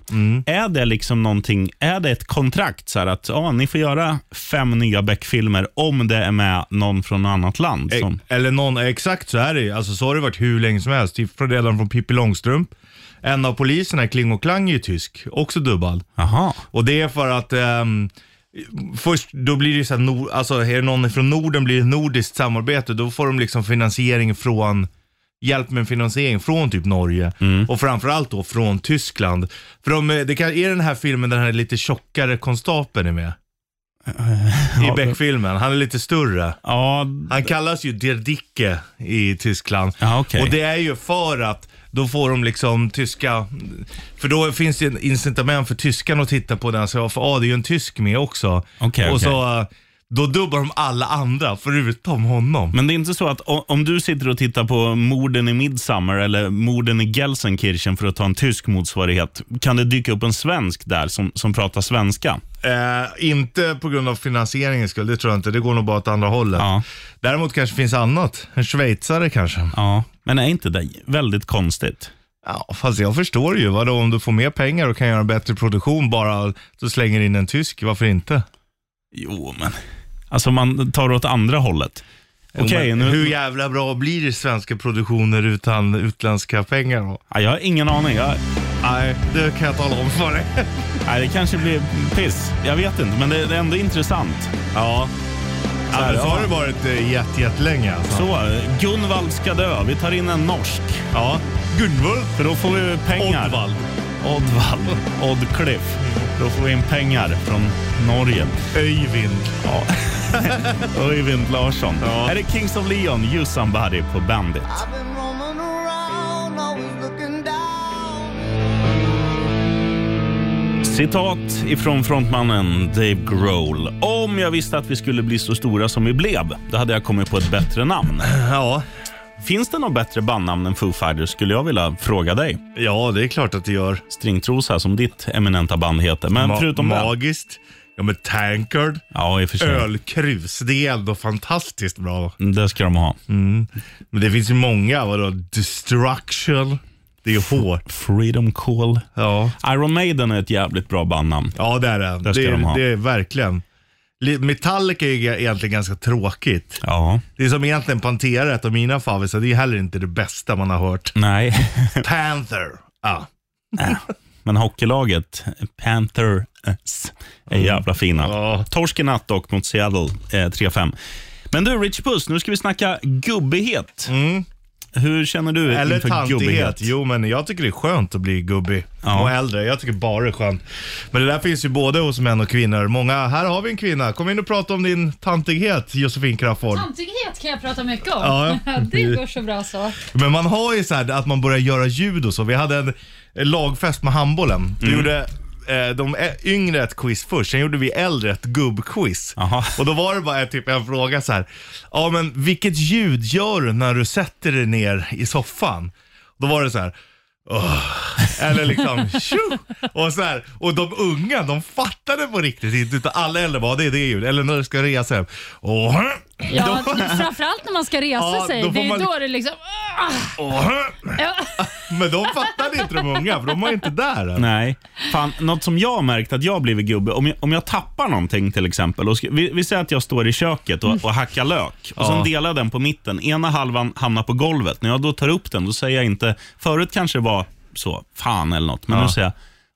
Speaker 2: Är det liksom någonting, är det ett kontrakt så här att ja, ni får göra fem nya Beck-filmer om det är med någon från annat land? Som,
Speaker 3: E- Eller någon, exakt så är det ju. alltså, så har det varit hur länge som helst. Typ från- redan från Pippi Långstrump. En av poliserna, Kling och Klang, är ju tysk. Också dubbad.
Speaker 2: aha.
Speaker 3: Och det är för att ehm, Först, då blir det ju så här, nor- alltså är det någon från Norden blir det nordiskt samarbete, då får de liksom finansiering från, hjälp med finansiering från typ Norge och framförallt då från Tyskland. För de, eh, det kan, är den här filmen där den här lite tjockare konstapeln är med? I Beck-filmen, han är lite större.
Speaker 2: Ja,
Speaker 3: Han kallas ju Der Dicke i Tyskland.
Speaker 2: Ja, okej.
Speaker 3: Och det är ju för att då får de liksom tyska, för då finns det en incitament för tyskarna att titta på den. Så för, ah, det är ju en tysk med också.
Speaker 2: Okej,
Speaker 3: och
Speaker 2: okej.
Speaker 3: så eh, då dubbar de alla andra förutom honom.
Speaker 2: men det är inte så att o- om du sitter och tittar på morden i Midsummer eller morden i Gelsenkirchen för att ta en tysk motsvarighet, kan det dyka upp en svensk där som, som pratar svenska?
Speaker 3: Eh, inte på grund av finansieringens skull, det tror jag inte. Det går nog bara åt andra hållet.
Speaker 2: Ja.
Speaker 3: Däremot kanske finns annat. En schweizare kanske.
Speaker 2: Ja, men är inte det väldigt konstigt?
Speaker 3: Ja, fast jag förstår ju. Vadå, om du får mer pengar och kan göra en bättre produktion bara, så slänger in en tysk. Varför inte?
Speaker 2: Jo, men... Alltså man tar åt andra hållet. Okej, nu-
Speaker 3: Hur jävla bra blir svenska produktioner utan utländska pengar då?
Speaker 2: Ja, jag har ingen aning. Jag,
Speaker 3: Nej, det kan jag tala om för dig.
Speaker 2: nej, det kanske blir piss. Jag vet inte, men det, det är ändå intressant.
Speaker 3: Ja.
Speaker 2: Så här,
Speaker 3: men så har
Speaker 2: ja.
Speaker 3: det varit eh, jätte, jättelänge alltså.
Speaker 2: Så, Gunvald ska dö. Vi tar in en norsk.
Speaker 3: Ja. Gunvald.
Speaker 2: För då får vi pengar.
Speaker 3: Oddvald.
Speaker 2: Oddvald. Oddcliff. Då får vi in pengar från Norge.
Speaker 3: Öjvind.
Speaker 2: Ja. [laughs] Öyvind Larsson.
Speaker 3: Ja.
Speaker 2: Här är Kings of Leon, You Somebody på Bandit.
Speaker 6: I've been roaming around, always looking down.
Speaker 2: Citat ifrån frontmannen Dave Grohl. Om jag visste att vi skulle bli så stora som vi blev, då hade jag kommit på ett bättre namn.
Speaker 3: Ja.
Speaker 2: Finns det något bättre bandnamn än Foo Fighters skulle jag vilja fråga dig.
Speaker 3: Ja, det är klart att det gör.
Speaker 2: Stringtrosa som ditt eminenta band heter. Men
Speaker 3: Ma-
Speaker 2: förutom det.
Speaker 3: Magiskt. Ja, men Tankard.
Speaker 2: Ja, i och för sig.
Speaker 3: Ölkrus. Det är ändå fantastiskt bra.
Speaker 2: Det ska de ha.
Speaker 3: Men det finns ju många. Vadå? Destruction. Det är ju hårt.
Speaker 2: Freedom Call.
Speaker 3: Ja.
Speaker 2: Iron Maiden är ett jävligt bra bandnamn.
Speaker 3: Ja, det är det.
Speaker 2: Där ska
Speaker 3: Det,
Speaker 2: de ha.
Speaker 3: är- det är verkligen. Li- Metallica är ju egentligen ganska tråkigt.
Speaker 2: Ja.
Speaker 3: Det är som egentligen Pantera, ett av mina favoriter. Det är heller inte det bästa man har
Speaker 2: [laughs]
Speaker 3: hört.
Speaker 2: Nej,
Speaker 3: Panther. Ja.
Speaker 2: men hockeylaget Panthers är jävla fina.
Speaker 3: Mm. Ja.
Speaker 2: Torsk i natt dock mot Seattle, eh, 3-5. Men du, Rich Puss, nu ska vi snacka gubbighet. Hur känner du
Speaker 3: Mm. Eller
Speaker 2: inför
Speaker 3: tantighet.
Speaker 2: gubbighet?
Speaker 3: Jo, men jag tycker det är skönt att bli gubbig
Speaker 2: Ja.
Speaker 3: och äldre. Jag tycker bara det är skönt. Men det där finns ju både hos män och kvinnor. Många, här har vi en kvinna. Kom in och prata om din tantighet, Josefin Crafoord.
Speaker 7: Tantighet kan jag prata mycket om. [laughs]
Speaker 3: Ja.
Speaker 7: Det går så bra så.
Speaker 3: Men man har ju så här att man börjar göra ljud och så. Vi hade en en lagfest med handbollen. Vi gjorde eh, de ä- yngre ett quiz först, sen gjorde vi äldre ett gubbquiz.
Speaker 2: Aha.
Speaker 3: Och då var det bara typ en fråga så här. Ja men vilket ljud gör du när du sätter dig ner i soffan? Då var det så här. "Åh", Eller liksom [laughs] tjo! Och, så här, och de unga de fattade på riktigt inte utan alla äldre bara det är det ljudet. Eller när du ska resa hem. Åh,
Speaker 7: Ja, framförallt när man ska resa
Speaker 3: Ja,
Speaker 7: sig.
Speaker 3: då får
Speaker 7: Det är
Speaker 3: man-
Speaker 7: då det liksom...
Speaker 3: åh. [laughs]
Speaker 7: Ja.
Speaker 3: Men de fattade inte de unga för de var inte där än.
Speaker 2: Nej. Fan, något som jag har märkt att jag har blivit gubbe, om jag, om jag tappar någonting till exempel. Och ska, vi, vi säger att jag står i köket och, och hackar lök och sen delar jag den på mitten. Ena halvan hamnar på golvet. När jag då tar upp den, då säger jag inte, förut kanske det var så, fan eller något, men nu säger jag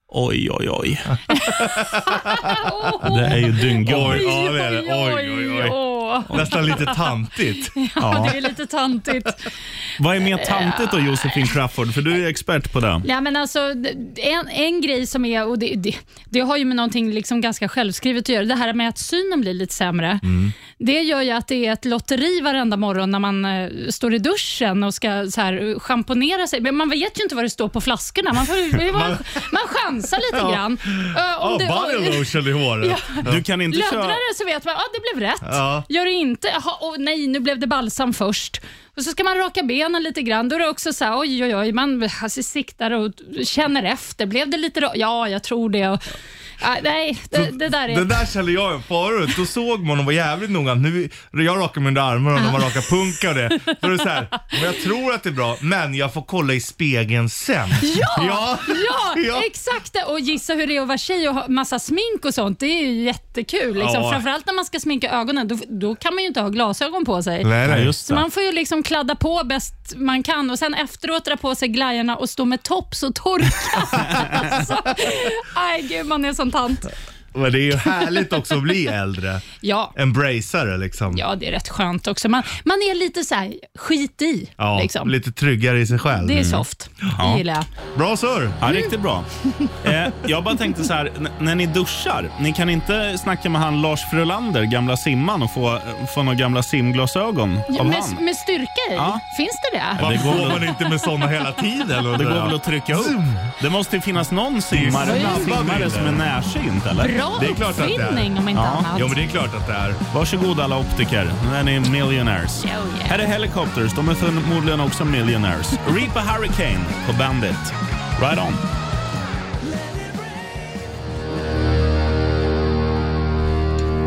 Speaker 2: Oj, oj, oj.
Speaker 7: Åh,
Speaker 2: Det är ju dynggubbigt.
Speaker 3: Oj, ja, det är det. Oj, oj, oj.
Speaker 7: åh.
Speaker 3: Nästan lite tantigt.
Speaker 7: [laughs] Ja, det är lite tantigt.
Speaker 2: Vad är mer tantigt då, Josefin Crafoord? För du är expert på det.
Speaker 7: Nej, men alltså, det- en, en grej som är, och det, det, det har ju med någonting liksom ganska självskrivet att göra, det här med att synen blir lite sämre. Det gör ju att det är ett lotteri varenda morgon när man eh, står i duschen och ska så här, eh, schamponera sig. Men man vet ju inte vad det står på flaskorna. Man, får, det är bara- man chansar lite grann. Ö, om
Speaker 3: Ja,
Speaker 7: det-
Speaker 3: body lotion i håret.
Speaker 2: Du kan inte
Speaker 7: Löddrar
Speaker 2: köra...
Speaker 7: det så vet man att ah, det blev rätt.
Speaker 3: Ja.
Speaker 7: Gör det inte, aha, åh, nej nu blev det balsam först. Och så ska man raka benen lite grann. Då är det också så här, oj oj oj, man alltså, siktar och känner efter. Blev det lite ra- Ja, jag tror det. Och, ah, nej, det, det där är...
Speaker 3: Det där kände jag ju förut. Då såg man och var jävligt noga. Nu, jag rakar mig under armarna och när man rakar punka och det. Då är det så här, men jag tror att det är bra, men jag får kolla i spegeln sen.
Speaker 7: Ja!
Speaker 3: Ja!
Speaker 7: [laughs] Ja,
Speaker 3: Ja.
Speaker 7: exakt det. Och gissa hur det är att vara tjej och ha massa smink och sånt. Det är ju jättekul. Liksom.
Speaker 3: Ja.
Speaker 7: Framförallt när man ska sminka ögonen, då, då kan man ju inte ha glasögon på sig.
Speaker 3: Nej,
Speaker 2: Ja,
Speaker 3: nej.
Speaker 2: just
Speaker 7: Så
Speaker 2: det.
Speaker 7: man får ju liksom kladda på bäst man kan och sen efteråt dra på sig glajjorna och stå med tops och torka. alltså, nej gud, man är sån tant.
Speaker 3: Men det är ju härligt också att bli äldre.
Speaker 7: Ja.
Speaker 3: Embracea det liksom.
Speaker 7: ja, det är rätt skönt också. Man, man är lite så här, skit i.
Speaker 3: Ja,
Speaker 7: liksom.
Speaker 3: Lite tryggare i sig själv.
Speaker 7: Det är soft. Det gillar jag.
Speaker 3: Bra surr!
Speaker 2: Ja, riktigt bra. Eh, jag bara tänkte så här, n- när ni duschar, ni kan inte snacka med han Lars Frölander, gamla simman, och få, få några gamla simglasögon av
Speaker 7: Med,
Speaker 2: han?
Speaker 7: med styrka i?
Speaker 2: Ja.
Speaker 7: Finns det det?
Speaker 3: Varför
Speaker 2: går
Speaker 3: går
Speaker 2: väl-
Speaker 3: man inte med såna hela tiden?
Speaker 2: Det går väl att trycka upp? Det måste ju finnas någon simmare,
Speaker 3: snabbare
Speaker 2: simmare
Speaker 3: bilder.
Speaker 2: som är närsynt, eller?
Speaker 7: Bra
Speaker 3: det är klart att det är.
Speaker 7: uppfinning om inte
Speaker 2: Ja,
Speaker 7: annat.
Speaker 3: Ja men det är klart att det är.
Speaker 2: Varsågod alla optiker, nu är ni millionaires.
Speaker 7: Oh, yeah.
Speaker 2: Här är Helicopters, de är förmodligen också millionaires. Reaper Hurricane på Bandit. Right on.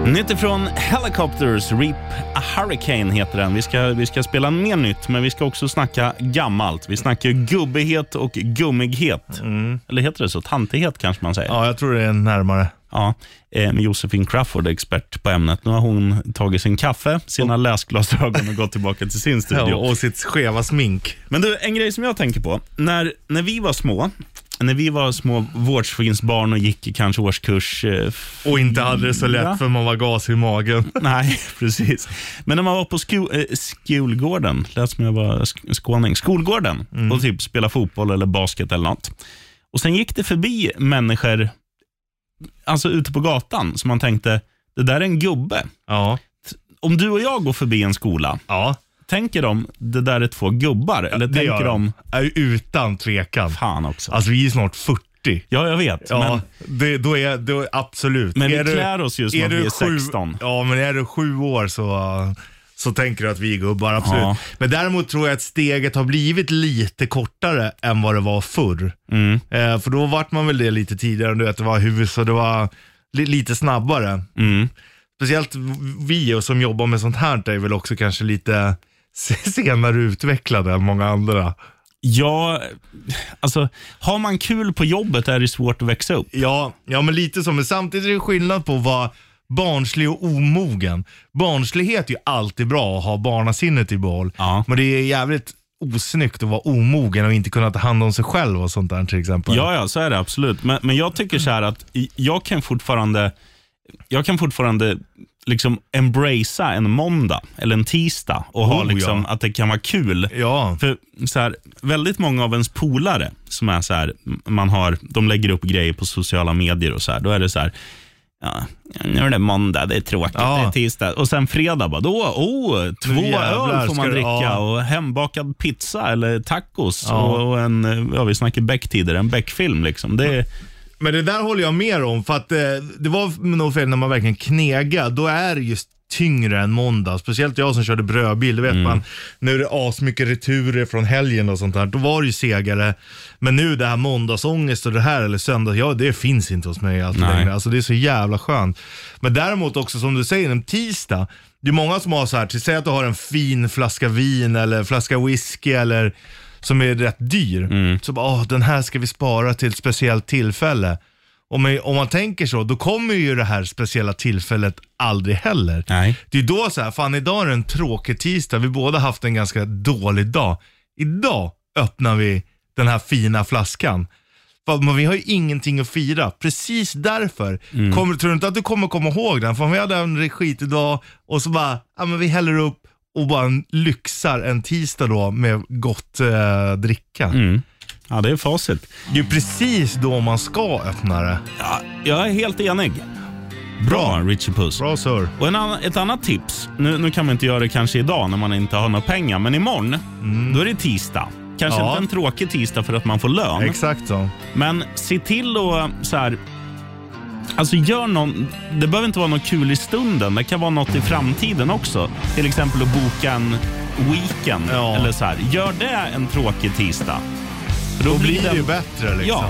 Speaker 2: Nytt ifrån Helicopters, Reap a Hurricane heter den. Vi ska, vi ska spela mer nytt, men vi ska också snacka gammalt. Vi snackar ju
Speaker 3: Mm.
Speaker 2: gubbighet och gummighet. Eller heter det så? Tantighet kanske man säger.
Speaker 3: Ja, jag tror det är närmare.
Speaker 2: Ja, eh, med Josephine Crawford, expert på ämnet. Nu har hon tagit sin kaffe, sina läsglasögon och gått tillbaka till
Speaker 3: [laughs]
Speaker 2: sin
Speaker 3: Ja,
Speaker 2: studio.
Speaker 3: och sitt skeva smink.
Speaker 2: Men du, en grej som jag tänker på. När, när vi var små, när vi var små vårdsvinsbarn och gick i kanske årskurs... Eh,
Speaker 3: [laughs]
Speaker 2: f-
Speaker 3: Och inte hade det så lätt
Speaker 2: Ja.
Speaker 3: för man var gas i magen.
Speaker 2: nej, [laughs] precis. Men när man var på sko, eh, skolgården, lät som jag var sk- skåning, skolgården
Speaker 3: Mm.
Speaker 2: och typ spela fotboll eller basket eller något. Och sen gick det förbi människor, alltså ute på gatan, som man tänkte, det där är en gubbe.
Speaker 3: Ja.
Speaker 2: Om du och jag går förbi en skola,
Speaker 3: Ja.
Speaker 2: tänker de, det där är två gubbar? Eller
Speaker 3: det gör
Speaker 2: tänker de,
Speaker 3: Är Utan tvekan.
Speaker 2: fan också?
Speaker 3: Alltså vi är snart 40.
Speaker 2: Ja, jag vet.
Speaker 3: Ja,
Speaker 2: Men,
Speaker 3: det, då är då, absolut.
Speaker 2: Men vi
Speaker 3: är du-
Speaker 2: klär oss ju som att
Speaker 3: du
Speaker 2: vi är
Speaker 3: sju-
Speaker 2: 16.
Speaker 3: Ja, men är du sju år så, så tänker du att vi är gubbar, absolut.
Speaker 2: Ja.
Speaker 3: Men däremot tror jag att steget har blivit lite kortare än vad det var förr.
Speaker 2: Mm.
Speaker 3: Eh, för då vart man väl det lite tidigare, du vet, det var hus och det var li, lite snabbare.
Speaker 2: Mm.
Speaker 3: Speciellt vi och som jobbar med sånt här är väl också kanske lite senare utvecklade än många andra.
Speaker 2: Ja, alltså har man kul på jobbet är det svårt att växa upp.
Speaker 3: Ja, ja men lite så. Men samtidigt är det skillnad på vad barnslig och omogen. Barnslighet är ju alltid bra att ha barnasinnet i behåll.
Speaker 2: Ja.
Speaker 3: Men det är jävligt osnyggt att vara omogen och inte kunna ta hand om sig själv och sånt där till exempel.
Speaker 2: Ja, ja, så är det absolut. Men, men jag tycker så här att i- jag kan fortfarande, jag kan fortfarande liksom embracea en måndag eller en tisdag och ha
Speaker 3: Oh,
Speaker 2: liksom
Speaker 3: ja.
Speaker 2: att det kan vara kul.
Speaker 3: Ja.
Speaker 2: För så här, väldigt många av ens polare som är så här, man har, de lägger upp grejer på sociala medier och så här, då är det så här, ja, nu är det måndag, det är tråkigt,
Speaker 3: Ja.
Speaker 2: det är tisdag. Och sen fredag bara, då, oh, två
Speaker 3: jävlar
Speaker 2: öl får
Speaker 3: ska
Speaker 2: man
Speaker 3: det-
Speaker 2: dricka
Speaker 3: ja.
Speaker 2: och hembakad pizza eller tacos
Speaker 3: Ja.
Speaker 2: och, och en, eh, ja vi snackar Beck tidigare, en Beck-film liksom. Det är,
Speaker 3: Men det där håller jag med om, för att eh, det var nog fel när man verkligen knega. Då är det just tyngre än måndag. Speciellt jag som körde brödbil, det vet man. Nu är det asmycket returer från helgen och sånt där. Då var det ju segare. Men nu det här måndagsångest och det här, eller söndag, ja det finns inte hos mig alltid
Speaker 2: Nej.
Speaker 3: längre. Alltså det är så jävla skönt. Men däremot också som du säger, en tisdag. Det är många som har så här, till säg att du har en fin flaska vin eller flaska whisky eller som är rätt dyr. Så bara, åh, den här ska vi spara till ett speciellt tillfälle. Om man, om man tänker så, då kommer ju det här speciella tillfället aldrig heller.
Speaker 2: Nej.
Speaker 3: Det är då så här, fan idag är det en tråkig tisdag, vi båda haft en ganska dålig dag. Idag öppnar vi den här fina flaskan. För att man- vi har ju ingenting att fira. Precis därför. Kommer, tror du inte att du kommer komma ihåg den? För om vi hade en skit idag och så bara, ja men vi häller upp och bara lyxar en tisdag då med gott eh, dricka.
Speaker 2: ja det är facit.
Speaker 3: Det är ju precis då man ska öppna det.
Speaker 2: Ja, jag är helt enig. Bra Richie Puss.
Speaker 3: Bra sir.
Speaker 2: Och en annan, ett annat tips, nu, nu kan man inte göra det kanske idag när man inte har några pengar, men imorgon, då är det tisdag. Kanske
Speaker 3: Mm. Ja.
Speaker 2: inte en tråkig tisdag för att man får lön,
Speaker 3: Exakt så.
Speaker 2: men se till att så här, alltså gör någon, det behöver inte vara något kul i stunden, det kan vara något i framtiden också. Till exempel att boka en weekend
Speaker 3: Ja.
Speaker 2: eller så här. Gör det en tråkig tisdag. För
Speaker 3: Då blir det ju bättre liksom.
Speaker 2: Ja.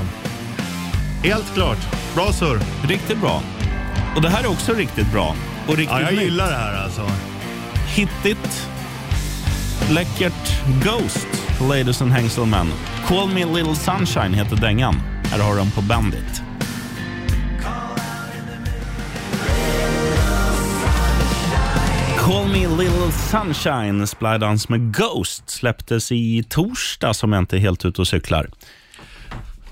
Speaker 3: Helt klart. Bra surr.
Speaker 2: riktigt bra. Och det här är också riktigt bra. Och riktigt
Speaker 3: Ja, jag
Speaker 2: nytt.
Speaker 3: gillar det här alltså.
Speaker 2: hittigt, läckert Ghost, Ladies and Hengselman. Call Me Little Sunshine heter dängan. Här har de på Bandit. Call Me Little Sunshine, Splydance med Ghost, släpptes i torsdag som jag inte är helt ute och cyklar.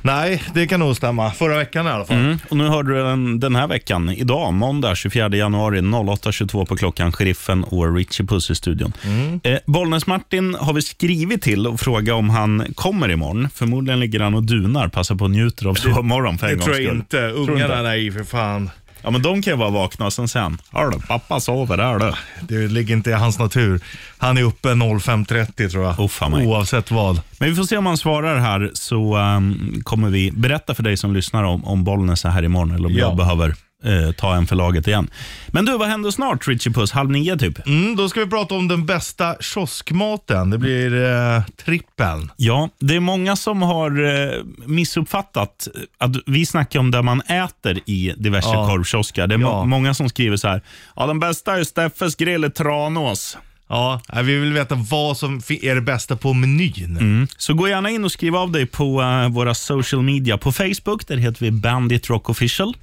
Speaker 3: Nej, det kan nog stämma. Förra veckan i alla fall.
Speaker 2: Och nu hörde du den, den här veckan, idag, måndag 24 januari 08.22 på klockan, Sheriffen och Richie Puss i studion.
Speaker 3: Mm.
Speaker 2: Eh, Bollnäs-Martin har vi skrivit till och frågat om han kommer imorgon. Förmodligen ligger han och dunar, passar på och njuter av sovmorgon för en
Speaker 3: Det
Speaker 2: gångs
Speaker 3: tror jag
Speaker 2: skull.
Speaker 3: inte.
Speaker 2: du inte?
Speaker 3: Ungarna, nej för fan.
Speaker 2: Ja, men de kan ju vara vakna och sen sen, "Hör du, pappa sover, hör du.
Speaker 3: Det ligger inte i hans natur. Han är uppe 05.30 tror jag.
Speaker 2: Oh, fan, mig.
Speaker 3: Oavsett vad.
Speaker 2: Men vi får se om han svarar här, så ehm, kommer vi berätta för dig som lyssnar om, om Bollnäs är här imorgon, eller om
Speaker 3: Ja.
Speaker 2: jag behöver eh, ta en för laget igen. Men du, vad händer snart, Richie Puss? Halv nio typ?
Speaker 3: Mm, då ska vi prata om den bästa kioskmaten. Det blir eh, trippeln.
Speaker 2: Ja, det är många som har eh, missuppfattat att vi snackar om där man äter i diverse
Speaker 3: Ja.
Speaker 2: korvkiosker. Det är må-
Speaker 3: Ja.
Speaker 2: många som skriver så här, ja den bästa är Steffes grill i Tranås.
Speaker 3: Ja, nej, vi vill veta vad som fi- är det bästa på menyn.
Speaker 2: Så gå gärna in och skriv av dig på eh, våra social media. På Facebook, där heter vi Bandit Rock Official.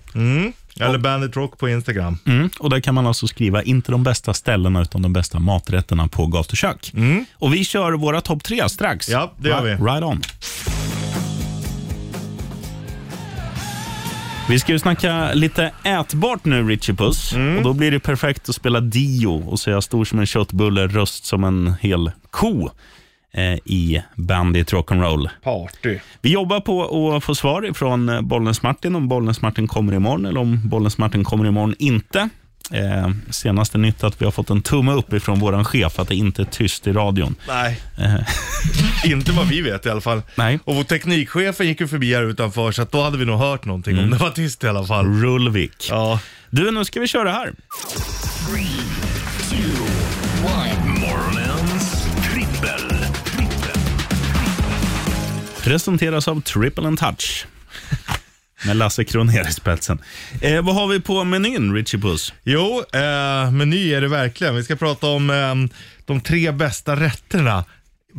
Speaker 3: Eller Bandit Rock på Instagram.
Speaker 2: Mm, och där kan man alltså skriva, inte de bästa ställena utan de bästa maträtterna på gatukök. Och vi kör våra topp tre strax.
Speaker 3: Mm. Ja, det gör
Speaker 2: Ri-
Speaker 3: vi.
Speaker 2: Right on. Vi ska ju snacka lite ätbart nu, Richie Puss.
Speaker 3: Mm.
Speaker 2: Och då blir det perfekt att spela Dio och säga stor som en köttbulle, röst som en hel ko eh, i Bandit Rock'n'Roll.
Speaker 3: Party.
Speaker 2: Vi jobbar på att få svar från Bollnäs Martin om Bollnäs Martin kommer imorgon eller om Bollnäs Martin kommer imorgon inte. Eh, senaste nytt att vi har fått en tumme upp ifrån vår chef att det inte är tyst i radion.
Speaker 3: Nej. Inte vad vi vet i alla fall.
Speaker 2: Nej.
Speaker 3: Och vår teknikchefen gick ju förbi här utanför så att då hade vi nog hört någonting om det var tyst i alla fall.
Speaker 2: Rulvik.
Speaker 3: Ja.
Speaker 2: Du, nu ska vi köra här.
Speaker 4: Morgonens trippel. trippel.
Speaker 2: Presenteras av Triple and Touch. Med Lasse Kronér i spetsen. Eh, vad har vi på menyn, Richie Puss?
Speaker 3: Jo, eh, meny är det verkligen. Vi ska prata om ehm, de tre bästa rätterna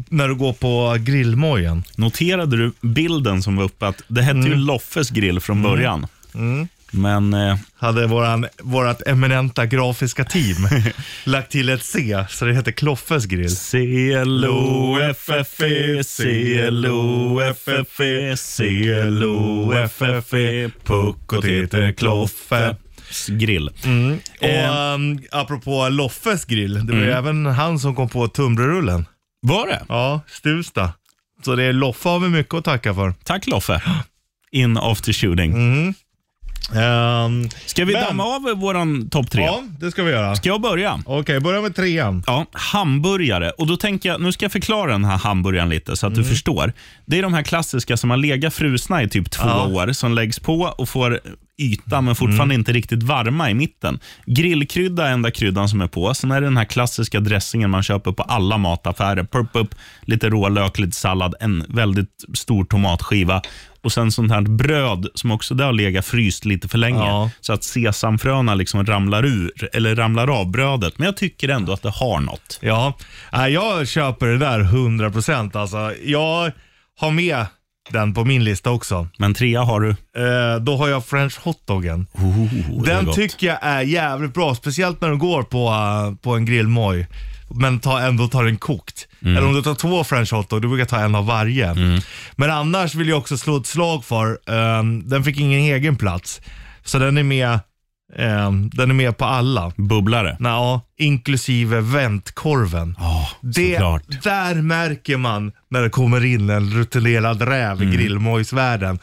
Speaker 3: när du går på grillmojen.
Speaker 2: Noterade du bilden som var uppe? Att det hette
Speaker 3: Mm.
Speaker 2: ju Loffes grill från början. Men eh,
Speaker 3: Hade våran, vårat eminenta grafiska team lagt till ett C, så det heter Kloffes grill.
Speaker 2: C-L-O-F-F-E, C-L-O-F-F-E, C-L-O-F-F-E, E, Puck och Teter Kloffe. Grill.
Speaker 3: Mm. Och ehm, apropå Loffes grill, det var ju även han som kom på tunnbrödsrullen.
Speaker 2: Var det?
Speaker 3: Ja, Stuvsta. Så det är Loffe har vi mycket att tacka för.
Speaker 2: Tack Loffe. In after shooting.
Speaker 3: Ehm,
Speaker 2: Ska vi
Speaker 3: Mm. Men-
Speaker 2: damma av våran topp tre?
Speaker 3: ja, det ska vi göra.
Speaker 2: Ska jag börja?
Speaker 3: Okej, börja med trean.
Speaker 2: Ja, hamburgare. Och då tänker jag, nu ska jag förklara den här hamburgaren lite så att du förstår. Det är de här klassiska som har legat frusna i typ två år, som läggs på och får yta men fortfarande inte riktigt varma i mitten. Grillkrydda är enda kryddan som är på. Sen är det den här klassiska dressingen man köper på alla mataffärer. Purp upp, lite rålök, lite sallad, en väldigt stor tomatskiva. Och sen sånt här bröd som också där har legat fryst lite för länge.
Speaker 3: Ja.
Speaker 2: Så att sesamfröna liksom ramlar ur, eller ramlar av brödet. Men jag tycker ändå att det har något.
Speaker 3: Ja, äh, jag köper det där 100% alltså. Jag har med den på min lista också.
Speaker 2: Men trea har du.
Speaker 3: Eh, då har jag french hotdogen.
Speaker 2: Oh, det är
Speaker 3: Den
Speaker 2: gott.
Speaker 3: tycker jag är jävligt bra, speciellt när du går på, eh, på en grillmoj. Men ta, ändå tar den kokt. Eller om du tar två french hotdog, du brukar ta en av varje. Men annars vill jag också slå ett slag för, ehm, den fick ingen egen plats. Så den är med, ehm, den är med på alla.
Speaker 2: Bubblare.
Speaker 3: Ja, inklusive väntkorven.
Speaker 2: Ja,
Speaker 3: Det,
Speaker 2: såklart.
Speaker 3: där märker man när det kommer in en rutinerad räv i grillmojsvärlden.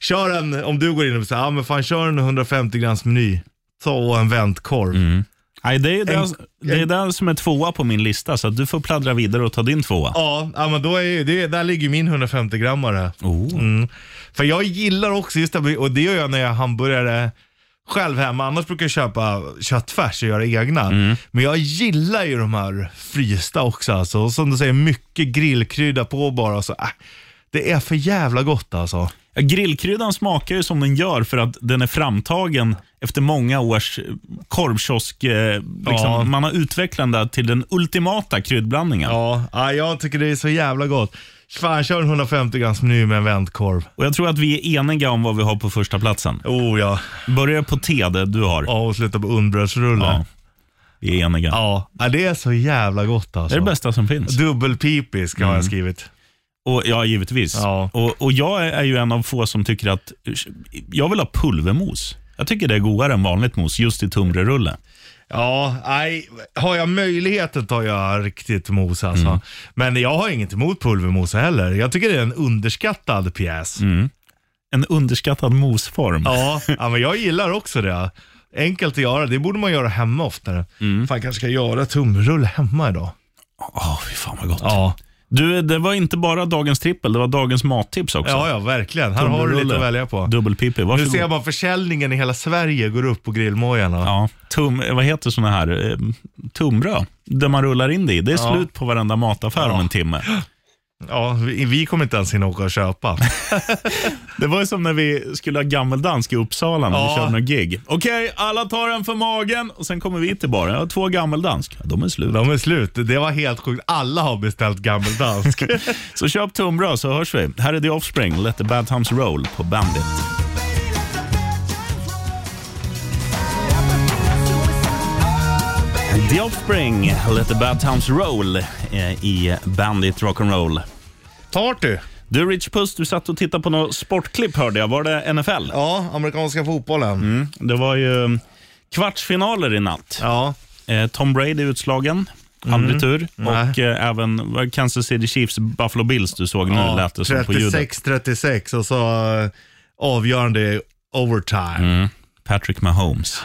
Speaker 3: Kör en, om du går in och säger, ja men fan kör en 150 grams meny. Ta och en väntkorv.
Speaker 2: Nej, det är den
Speaker 3: En-
Speaker 2: det är den som är tvåa på min lista, så att du får pladdra vidare och ta din tvåa.
Speaker 3: Ja, ja, men då är ju, det, där ligger min 150 grammare.
Speaker 2: Oh.
Speaker 3: Mm. För jag gillar också just det, och det gör jag när jag har hamburgare själv hemma. Annars brukar jag köpa köttfärs och göra egna. Men jag gillar ju de här frysta också alltså. Och som du säger, mycket grillkrydda på bara. Så, äh, det är för jävla gott alltså.
Speaker 2: Ja, Grillkryddan smakar ju som den gör för att den är framtagen efter många års eh, korvkiosk... Eh, liksom,
Speaker 3: Ja.
Speaker 2: Man har utvecklat den där till den ultimata kryddblandningen.
Speaker 3: Ja, ja, jag tycker det är så jävla gott. Fan, kör en 150 grams meny med en vändkorv.
Speaker 2: Och Jag tror att vi är eniga om vad vi har på första platsen.
Speaker 3: Oh ja,
Speaker 2: Börjar på T, det du har.
Speaker 3: ja och sluta på undbrödsrullar.
Speaker 2: Ja.
Speaker 3: Ja.
Speaker 2: Vi är eniga.
Speaker 3: Ja. äh, det är så jävla gott
Speaker 2: Det
Speaker 3: alltså.
Speaker 2: är det bästa som finns.
Speaker 3: Dubbelpipisk har jag skrivit.
Speaker 2: Och, ja, givetvis.
Speaker 3: Ja.
Speaker 2: Och, och Jag är ju en av få som tycker att jag vill ha pulvermos. Jag tycker det är godare än vanligt mos, just i tunnbrödsrulle.
Speaker 3: Ja, nej. Har jag möjligheten tar jag riktigt mos alltså. Men jag har inget emot pulvermos heller. Jag tycker det är en underskattad pjäs.
Speaker 2: En underskattad mosform.
Speaker 3: Ja, ja, men jag gillar också det. Enkelt att göra. Det borde man göra hemma oftare. Fan, jag kanske ska göra tumrull hemma idag.
Speaker 2: Åh, fy fan vad gott.
Speaker 3: Ja,
Speaker 2: Du, det var inte bara dagens trippel, det var dagens mattips också.
Speaker 3: ja, ja verkligen. Här har du lite
Speaker 2: Tunnbrödsrulle.
Speaker 3: att välja på.
Speaker 2: Dubbelpipi,
Speaker 3: Nu
Speaker 2: varsågod.
Speaker 3: ser man försäljningen i hela Sverige går upp på grillmojarna.
Speaker 2: Ja, tum, vad heter såna här? eh, Tumbröd, där man rullar in det i. Det är
Speaker 3: Ja.
Speaker 2: slut på varenda mataffär om en timme.
Speaker 3: Ja, vi, vi kommer inte ens hinna åka och köpa.
Speaker 2: Det var ju som när vi skulle ha gammeldansk i Uppsala när vi
Speaker 3: Ja.
Speaker 2: körde några gig. Okej, alla tar en för magen och sen kommer vi till baren. Jag har två gammeldansk. Ja, de är slut.
Speaker 3: De är slut. Det var helt sjukt. Alla har
Speaker 2: [laughs]
Speaker 3: beställt gammeldansk.
Speaker 2: Så köp tunnbröd så hörs vi. Här är The Offspring, Let the Bad Times Roll på Bandit. The Offspring, Let the Bad Times Roll eh, i Bandit Rock'n'Roll.
Speaker 3: Tarty.
Speaker 2: Du Rich Puss, du satt och tittade på något sportklipp hörde jag. Var det NFL?
Speaker 3: Ja, amerikanska fotbollen.
Speaker 2: Det var ju mm, kvartsfinaler i natt.
Speaker 3: Ja.
Speaker 2: Eh, Tom Brady utslagen, han blir tur.
Speaker 3: Mm. Nej.
Speaker 2: Och eh, även vad, Kansas City Chiefs, Buffalo Bills du såg nu
Speaker 3: ja.
Speaker 2: lät det som på ljudet.
Speaker 3: 36-36 och så eh, avgörande i overtime.
Speaker 2: Mm, Patrick Mahomes.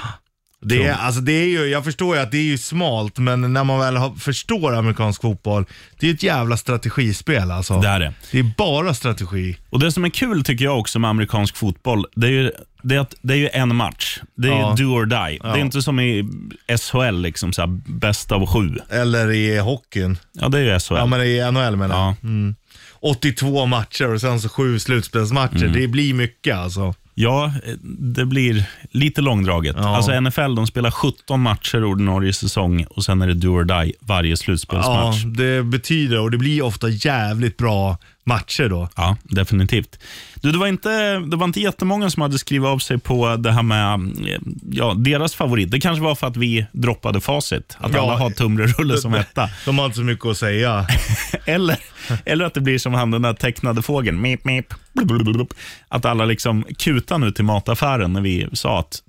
Speaker 3: Det är, alltså det är ju, jag förstår ju att det är ju smalt, men när man väl har, förstår amerikansk fotboll, det är ju ett jävla strategispel alltså.
Speaker 2: Det är det.
Speaker 3: Det är bara strategi.
Speaker 2: Och det som är kul tycker jag också med amerikansk fotboll, det är ju, det är att, det är ju en match. Det är
Speaker 3: Ja.
Speaker 2: ju do or die. Det är inte som i SHL, liksom så här, bäst av sju.
Speaker 3: Eller i hockeyn.
Speaker 2: Ja, det är ju SHL.
Speaker 3: Ja, men i NHL menar jag.
Speaker 2: Ja.
Speaker 3: 82 matcher och sen så sju slutspelsmatcher.
Speaker 2: Mm.
Speaker 3: Det blir mycket alltså.
Speaker 2: Ja, eh, det blir lite långdraget.
Speaker 3: Ja.
Speaker 2: Alltså NFL de spelar 17 matcher ordinarie säsong och sen är det do or die varje
Speaker 3: Ja,
Speaker 2: slutspelsmatch. Ja,
Speaker 3: det betyder och det blir ofta jävligt bra matcher då.
Speaker 2: definitivt. Du, det, var inte, det var inte jättemånga som hade skrivit av sig på det här med eh, ja, deras favorit. Det kanske var för att vi droppade facit, att
Speaker 3: Ja.
Speaker 2: alla har Tumlerulle
Speaker 3: [laughs]
Speaker 2: som etta.
Speaker 3: De har inte så mycket att säga. [laughs]
Speaker 2: Eller, eller att det blir som han den där tecknade fågeln. Mip, mip, blubblubblub. Att alla liksom kutar nu till mataffären när vi sa att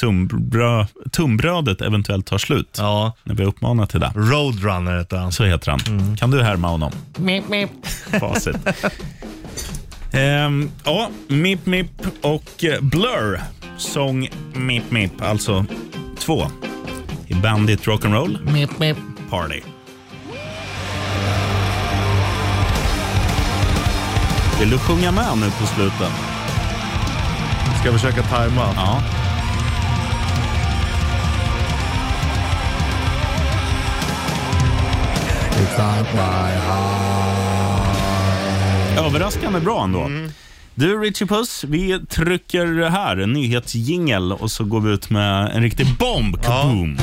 Speaker 2: tumbrö, tumbrödet eventuellt tar slut.
Speaker 3: Ja.
Speaker 2: När vi uppmanar till det.
Speaker 3: Roadrunner heter han.
Speaker 2: Så heter han. Kan du härma honom? [laughs] Facit. Ehm, ja, Mip Mip och eh, Blur. Sång Mip Mip, alltså två. I Bandit Rock'n'Roll. Mip Mip. Party. Vill du sjunga med nu på slutet?
Speaker 3: Ska försöka tajma.
Speaker 2: Ja. Överraskande bra ändå. Du Richie Puss, vi trycker här en nyhetsjingel och så går vi ut med en riktig bomb. Kaboom!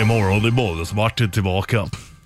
Speaker 3: Imorgon är det Bonusmartin tillbaka.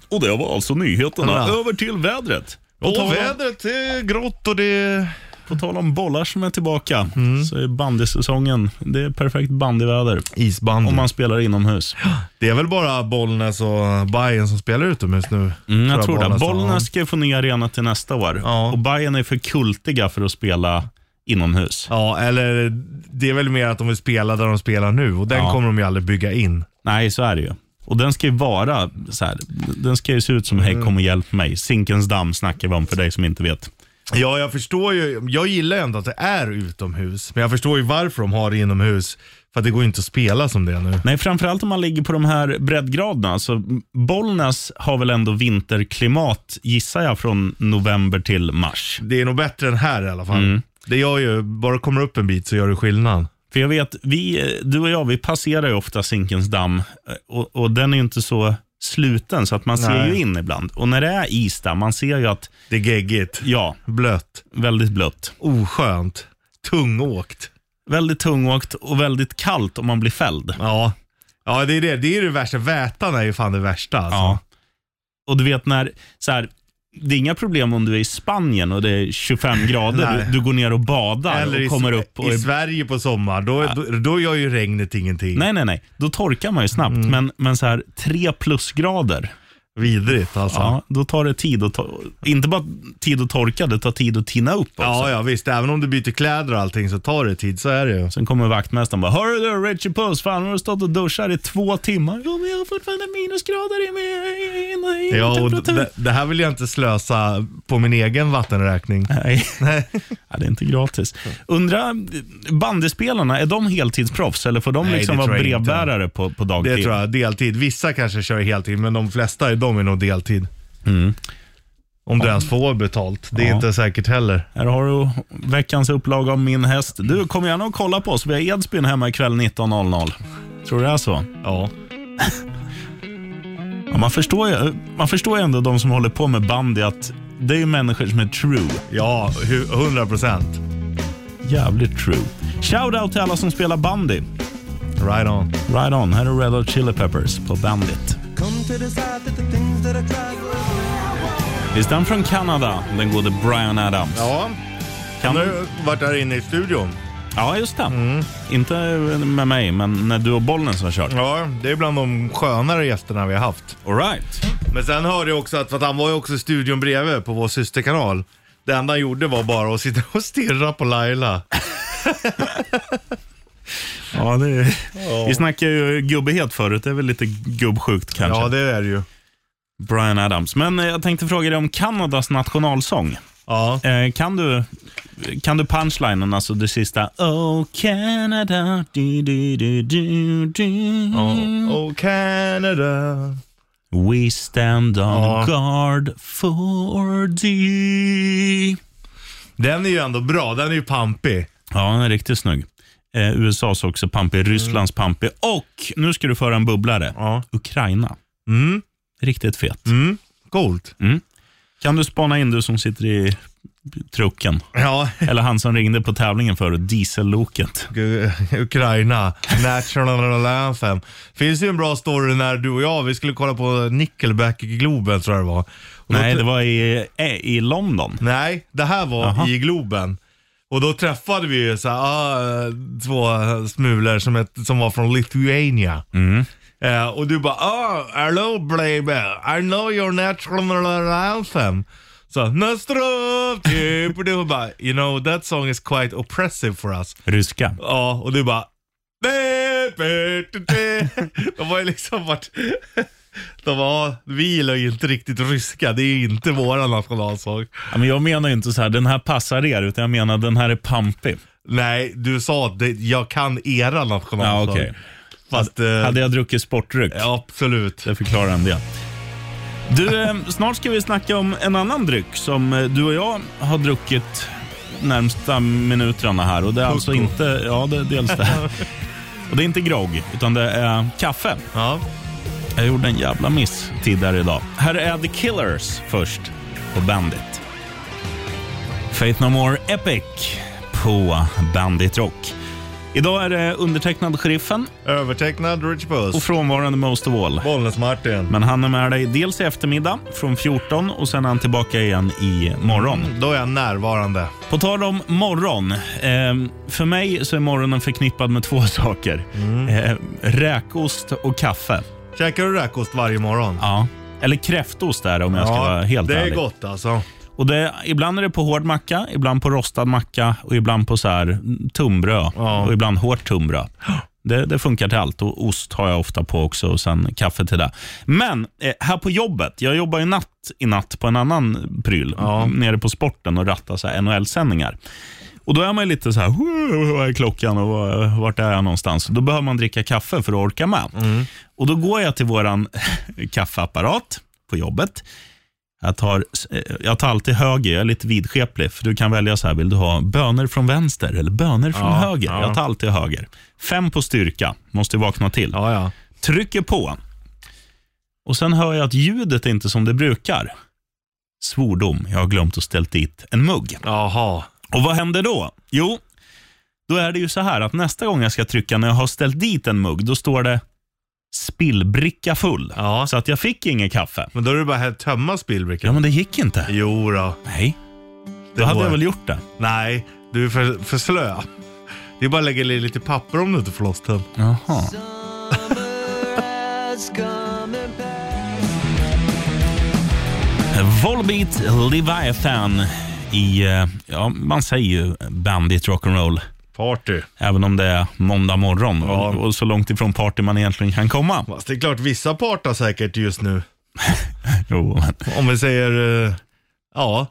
Speaker 2: Och det var alltså nyheterna.
Speaker 3: Ja.
Speaker 2: Över till vädret. På
Speaker 3: Och
Speaker 2: tal om-
Speaker 3: vädret är grått och det är...
Speaker 2: På tal om bollar som är tillbaka så är bandysäsongen, det är perfekt bandyväder.
Speaker 3: Isbandy.
Speaker 2: Om man spelar inomhus.
Speaker 3: Det är väl bara Bollnäs och Bayern som spelar utomhus nu?
Speaker 2: Mm, jag tror det.
Speaker 3: Bollnäs-
Speaker 2: Bollnäs ska ju få ny arena till nästa år.
Speaker 3: Ja.
Speaker 2: Och Bayern är för kultiga för att spela inomhus.
Speaker 3: Ja, eller det är väl mer att de vill spela där de spelar nu och den
Speaker 2: Ja.
Speaker 3: kommer de ju aldrig bygga in.
Speaker 2: Nej, så är det ju. Och den ska ju vara så här, den ska ju se ut som Hej kom och hjälp mig. Zinkens damm snackar vi om för dig som inte vet.
Speaker 3: Ja, jag förstår ju. Jag gillar ju ändå att det är utomhus, men jag förstår ju varför de har det inomhus. För att det går ju inte att spela som det är nu.
Speaker 2: Nej, framförallt om man ligger på de här breddgraderna. Så Bollnäs har väl ändå vinterklimat, gissar jag, från november till mars.
Speaker 3: Det är nog bättre än här i alla fall.
Speaker 2: Mm.
Speaker 3: Det gör ju, bara det kommer upp en bit så gör det skillnad.
Speaker 2: För jag vet, vi, eh, du och jag, vi passerar ju ofta Zinkens damm eh, och, och den är ju inte så sluten så att man ser
Speaker 3: Nej.
Speaker 2: ju in ibland. Och när det är is där, man ser ju att,
Speaker 3: Det är geggigt,
Speaker 2: ja,
Speaker 3: blött,
Speaker 2: väldigt blött.
Speaker 3: oskönt, tungåkt.
Speaker 2: Väldigt tungåkt och väldigt kallt om man blir fälld.
Speaker 3: Ja. Ja, det är det. Det är det värsta. Vätan är ju fan det värsta alltså.
Speaker 2: Ja. Och du vet när, så här, det är inga problem om du är i Spanien och det är
Speaker 3: [laughs]
Speaker 2: 25 grader.
Speaker 3: Nej.
Speaker 2: Du, du går ner och badar
Speaker 3: Eller i,
Speaker 2: och kommer
Speaker 3: Sve-
Speaker 2: upp och
Speaker 3: i
Speaker 2: är
Speaker 3: Sverige på sommar, då, då, då gör ju regnet ingenting.
Speaker 2: Nej, nej, nej. Då torkar man ju snabbt.
Speaker 3: Mm.
Speaker 2: Men, men så här, tre plusgrader,
Speaker 3: Vidrigt alltså. Ja.
Speaker 2: ja, då tar det tid att to- Inte bara tid att torka, det tar tid att tina upp också.
Speaker 3: Ja, visst. Även om du byter kläder och allting så tar det tid, så är det ju.
Speaker 2: Sen kommer vaktmästaren bara, hörru du Richie Puss, fan har du stått och duschat i två timmar? Jo, men jag har fortfarande minusgrader i min i- i- i
Speaker 3: Ja, och
Speaker 2: temperatur.
Speaker 3: det, det här vill jag inte slösa på min egen vattenräkning. [laughs]
Speaker 2: Nej, [laughs] ja, det är inte gratis. Undra, bandyspelarna, är de heltidsproffs eller får de
Speaker 3: Nej,
Speaker 2: liksom
Speaker 3: det
Speaker 2: vara
Speaker 3: tror jag inte.
Speaker 2: brevbärare på, på
Speaker 3: Det
Speaker 2: dagtid?
Speaker 3: tror jag. Deltid. Vissa kanske kör heltid, men de flesta de är nog deltid.
Speaker 2: Mm.
Speaker 3: Om du ens får betalt. Det är
Speaker 2: Ja.
Speaker 3: inte säkert heller.
Speaker 2: Här har du veckans upplaga av Min häst. Du, kom gärna och kolla på oss. Vi har Edsbyn hemma ikväll 19.00. Tror du det är så?
Speaker 3: Ja.
Speaker 2: Ja, man, förstår ju, man förstår ju ändå de som håller på med bandy att det är ju människor som är true.
Speaker 3: Ja, hu- 100 procent.
Speaker 2: Jävligt true. Shoutout till alla som spelar bandy.
Speaker 3: Right on.
Speaker 2: Right on. Här är Red Hot Chili Peppers på Bandit.
Speaker 1: Come to decide that the things that I tried
Speaker 2: Visst är han från Kanada, den gode Brian Adams?
Speaker 3: Ja,
Speaker 2: kan
Speaker 3: nu har varit där inne i studion.
Speaker 2: Ja, just det. Inte med mig, men när du och Bollnäs har kört.
Speaker 3: Ja, det är bland de skönare gästerna vi har haft.
Speaker 2: All right.
Speaker 3: Men sen hörde jag också att, för att han var ju också i studion bredvid på vår systerkanal. Det enda han gjorde var bara att sitta och stirra på Laila.
Speaker 2: Ja, det Vi snackade ju gubbighet förut. Det är väl lite gubbsjukt kanske.
Speaker 3: Ja, det är det ju.
Speaker 2: Brian Adams. Men eh, jag tänkte fråga dig om Kanadas nationalsång.
Speaker 3: Ja.
Speaker 2: Eh, kan, du, kan du punchlinen, alltså det sista? Oh Canada, du, du, du, du, du.
Speaker 3: Oh Canada.
Speaker 2: We stand on
Speaker 3: Ja.
Speaker 2: guard for thee.
Speaker 3: Den är ju ändå bra, den är ju pampig.
Speaker 2: Ja, den är riktigt snygg. Eh, USAs också pampig, Rysslands pampig och nu ska du föra en bubblare.
Speaker 3: Mm. Ja.
Speaker 2: Ukraina.
Speaker 3: Mm.
Speaker 2: Riktigt fet.
Speaker 3: Coolt.
Speaker 2: Kan du spana in du som sitter i trucken?
Speaker 3: Ja, [laughs]
Speaker 2: Eller han som ringde på tävlingen förut, dieselloket.
Speaker 3: Ukraina, National Anthem. Finns ju en bra story när du och jag, vi skulle kolla på Nickelback i Globen tror jag det var. Och då
Speaker 2: Nej,
Speaker 3: trä-
Speaker 2: det var i, eh, i London.
Speaker 3: Nej, det här var
Speaker 2: Jaha.
Speaker 3: i Globen. Och då träffade vi ju så här, ah, två smulor som, ett, som var från Lithuania. Eh, och du bara ah, hello baby, I know your national anthem. Så Nastrov, typ. Och du bara, you know that song is quite oppressive for us.
Speaker 2: Ryska.
Speaker 3: Ja, och du bara... [laughs] De har ju liksom varit... [laughs] De var, vi gillar ju inte riktigt ryska, det är ju inte våran nationalsång.
Speaker 2: Ja, men jag menar ju inte så här, den här passar er, utan jag menar den här är pampig.
Speaker 3: Nej, du sa att det- jag kan era
Speaker 2: Ja,
Speaker 3: nationalsång.
Speaker 2: okej.
Speaker 3: Fast, eh,
Speaker 2: Alltså, Hade jag druckit sportdryck?
Speaker 3: ja, absolut.
Speaker 2: Det förklarar en del. Du, eh, snart ska vi snacka om en annan dryck som eh, du och jag har druckit närmsta minuterna här. Och det är alltså
Speaker 3: Pucko.
Speaker 2: inte, ja det, dels [laughs] det. Och det är inte grogg, utan det är kaffe.
Speaker 3: Ja.
Speaker 2: Jag gjorde en jävla miss tidigare idag. Här är The Killers först på Bandit. Faith No More Epic på Bandit Rock. Idag är det undertecknad Sheriffen
Speaker 3: Övertecknad Rich
Speaker 2: och
Speaker 3: Puss.
Speaker 2: frånvarande Most of All.
Speaker 3: Bollnäs-Martin.
Speaker 2: Men han är med dig dels i eftermiddag från 14 och sen är han tillbaka igen i morgon.
Speaker 3: Då är jag närvarande.
Speaker 2: På tal om morgon. Eh, för mig så är morgonen förknippad med två [laughs] saker.
Speaker 3: Mm.
Speaker 2: Eh, räkost och kaffe.
Speaker 3: Käkar du räkost varje morgon?
Speaker 2: Ja. Eller kräftost är det om jag ska vara helt
Speaker 3: det
Speaker 2: ärlig.
Speaker 3: är gott alltså.
Speaker 2: Och det, ibland är det på hård macka, ibland på rostad macka och ibland på så här tunnbröd
Speaker 3: Ja.
Speaker 2: och ibland hårt tunnbröd. Det, det funkar till allt och ost har jag ofta på också och sen kaffe till det. Men eh, här på jobbet, jag jobbar ju natt i natt på en annan pryl
Speaker 3: Ja.
Speaker 2: nere på sporten och rattar så här NHL-sändningar. Och Då är man ju lite så här, "Woo, vad är klockan och vad- vart är jag någonstans? Då behöver man dricka kaffe för att orka med.
Speaker 3: Mm.
Speaker 2: Och Då går jag till våran [laughs] kaffeapparat på jobbet. Jag tar, eh, jag tar alltid höger, jag är lite vidskeplig. För du kan välja så här, vill du ha bönor från vänster eller bönor från
Speaker 3: Ja,
Speaker 2: höger?
Speaker 3: ja.
Speaker 2: Jag tar alltid höger. Fem på styrka, måste ju vakna till.
Speaker 3: Ja, ja.
Speaker 2: Trycker på. Och sen hör jag att ljudet är inte som det brukar. Svordom, jag har glömt att ställa dit en mugg.
Speaker 3: Jaha.
Speaker 2: Och vad händer då? Jo, då är det ju så här att nästa gång jag ska trycka när jag har ställt dit en mugg, då står det spillbricka full.
Speaker 3: Ja.
Speaker 2: Så att jag fick ingen kaffe.
Speaker 3: Men då är det bara att tömma
Speaker 2: Ja,
Speaker 3: spillbrickan.
Speaker 2: men det gick inte.
Speaker 3: Jo då.
Speaker 2: Nej,
Speaker 3: Det
Speaker 2: då hade
Speaker 3: går.
Speaker 2: jag väl gjort det.
Speaker 3: Nej, du är för, för slö. Det är bara att lägga i lite papper om du inte får loss den.
Speaker 2: Jaha. Volbeat Leviathan i, eh, ja man säger ju bandit rock'n'roll.
Speaker 3: Party.
Speaker 2: Även om det är måndag morgon och, och så långt ifrån party man egentligen kan komma.
Speaker 3: Fast det är klart, vissa partar säkert just nu.
Speaker 2: Jo, men,
Speaker 3: Om vi säger, eh, ja,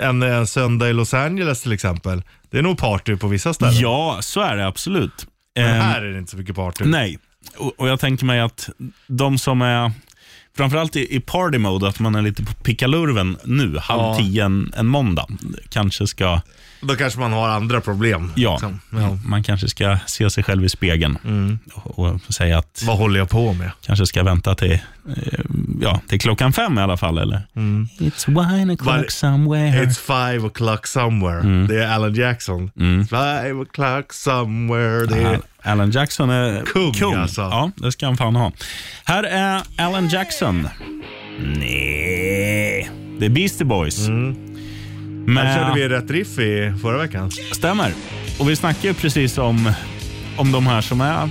Speaker 3: en, en söndag i Los Angeles till exempel. Det är nog party på vissa ställen.
Speaker 2: ja, så är det absolut.
Speaker 3: Men
Speaker 2: Ehm,
Speaker 3: här är det inte så mycket party.
Speaker 2: Nej, och, och jag tänker mig att de som är, framförallt i, i party mode, att man är lite på pickalurven nu, halv
Speaker 3: Ja.
Speaker 2: tio en, en måndag, kanske ska,
Speaker 3: Då kanske man har andra problem.
Speaker 2: ja,
Speaker 3: liksom. ja. Mm.
Speaker 2: man kanske ska se sig själv i spegeln och, och säga att
Speaker 3: Vad håller jag på med?
Speaker 2: kanske ska vänta till, eh, ja, till klockan fem i alla fall. Eller? It's wine o'clock
Speaker 3: Mm. Var-
Speaker 2: somewhere.
Speaker 3: It's five o'clock somewhere. Det är Alan Jackson. Five o'clock somewhere. Det är...
Speaker 2: Al- Alan Jackson är
Speaker 3: Kung, alltså.
Speaker 2: Ja, det ska han fan ha. Här är Alan Jackson. Nej, det är Beastie Boys. Med-
Speaker 3: Mm. Här körde vi rätt riff i förra veckan.
Speaker 2: Stämmer. Och vi snackar ju precis om, om de här som är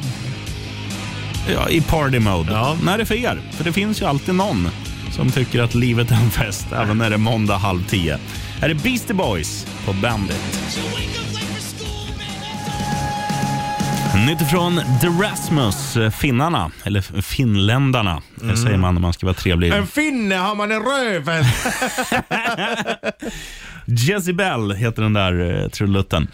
Speaker 2: ja, i party mode.
Speaker 3: Ja.
Speaker 2: När det är för er. För det finns ju alltid någon som tycker att livet är en fest, även när det är måndag halv tio. Här är Beastie Boys på Bandit. Nytt från The Rasmus, finnarna, eller finländarna, eh, säger man när man ska vara trevlig.
Speaker 3: En finne har man i röven.
Speaker 2: Jezebel heter den där eh, trudelutten.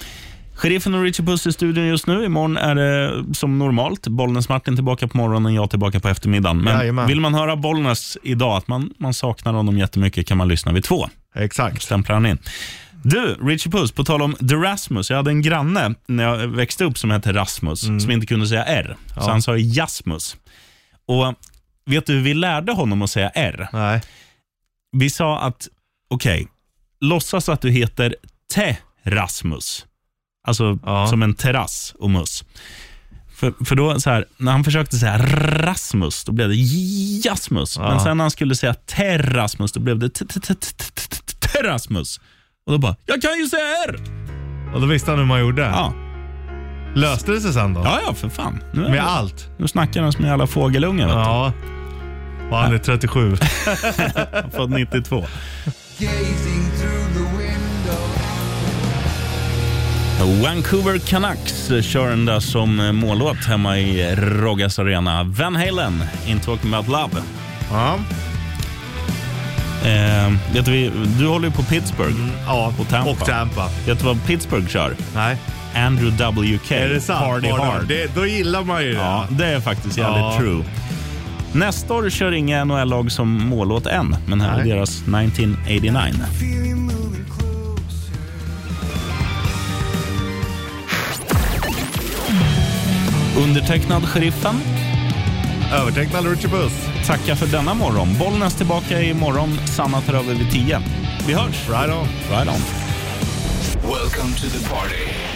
Speaker 2: Sheriffen och Richie Puss i studion just nu. Imorgon är det eh, som normalt. Bollnäs-Martin tillbaka på morgonen, jag tillbaka på eftermiddagen. Men
Speaker 3: Jajamän.
Speaker 2: vill man höra Bollnäs idag, att man, man saknar honom jättemycket, kan man lyssna vid två.
Speaker 3: [laughs] Exakt.
Speaker 2: Stämplar han in. Du, Richie Puss, på tal om The Rasmus. Jag hade en granne när jag växte upp som hette Rasmus, som inte kunde säga R. Så han sa Jasmus. Och vet du hur vi lärde honom att säga R?
Speaker 3: Nej.
Speaker 2: Vi sa att, okej, låtsas att du heter Terrasmus. Alltså
Speaker 3: Ja.
Speaker 2: som en terrass och muss. För, för då, så här, när han försökte säga Rasmus, då blev det Jasmus. Men sen när han skulle säga Terrasmus, då blev det t- t- t- t- t- t- Terrasmus. Och då bara, jag kan ju säga R!
Speaker 3: Och då visste han hur man gjorde.
Speaker 2: Ja,
Speaker 3: Löste det sig sen då?
Speaker 2: ja, ja för fan. Nu, är
Speaker 3: Med
Speaker 2: det-
Speaker 3: allt?
Speaker 2: nu snackar han som en jävla fågelunge. Ja.
Speaker 3: Ja. Och han är 37. [laughs]
Speaker 2: Född 92.
Speaker 6: Gazing through the window.
Speaker 2: Vancouver Canucks kör den där som eh, mållåt hemma i Roggas Arena. Van Halen, In Talking About Love.
Speaker 3: Ja.
Speaker 2: Eh, vet du, vi- du håller ju på Pittsburgh.
Speaker 3: ja.
Speaker 2: Och Tampa.
Speaker 3: Och Tampa.
Speaker 2: Vet du vad Pittsburgh kör?
Speaker 3: Nej.
Speaker 2: Andrew WK.
Speaker 3: Är det sant?
Speaker 2: Party
Speaker 3: Bara,
Speaker 2: hard.
Speaker 3: Det, då gillar man ju det.
Speaker 2: Ja, det är faktiskt jävligt
Speaker 3: Ja.
Speaker 2: true. Nästa år kör inga NHL-lag som mållåt än, men här
Speaker 3: Nej.
Speaker 2: är deras 1989. Undertecknad Sheriffen
Speaker 3: Övertecknad Richie Puss.
Speaker 2: tackar för denna morgon. Bollnäs tillbaka imorgon. Sanna tar över vid 10. Vi hörs!
Speaker 3: Right on.
Speaker 2: Right on.
Speaker 4: Welcome to the party.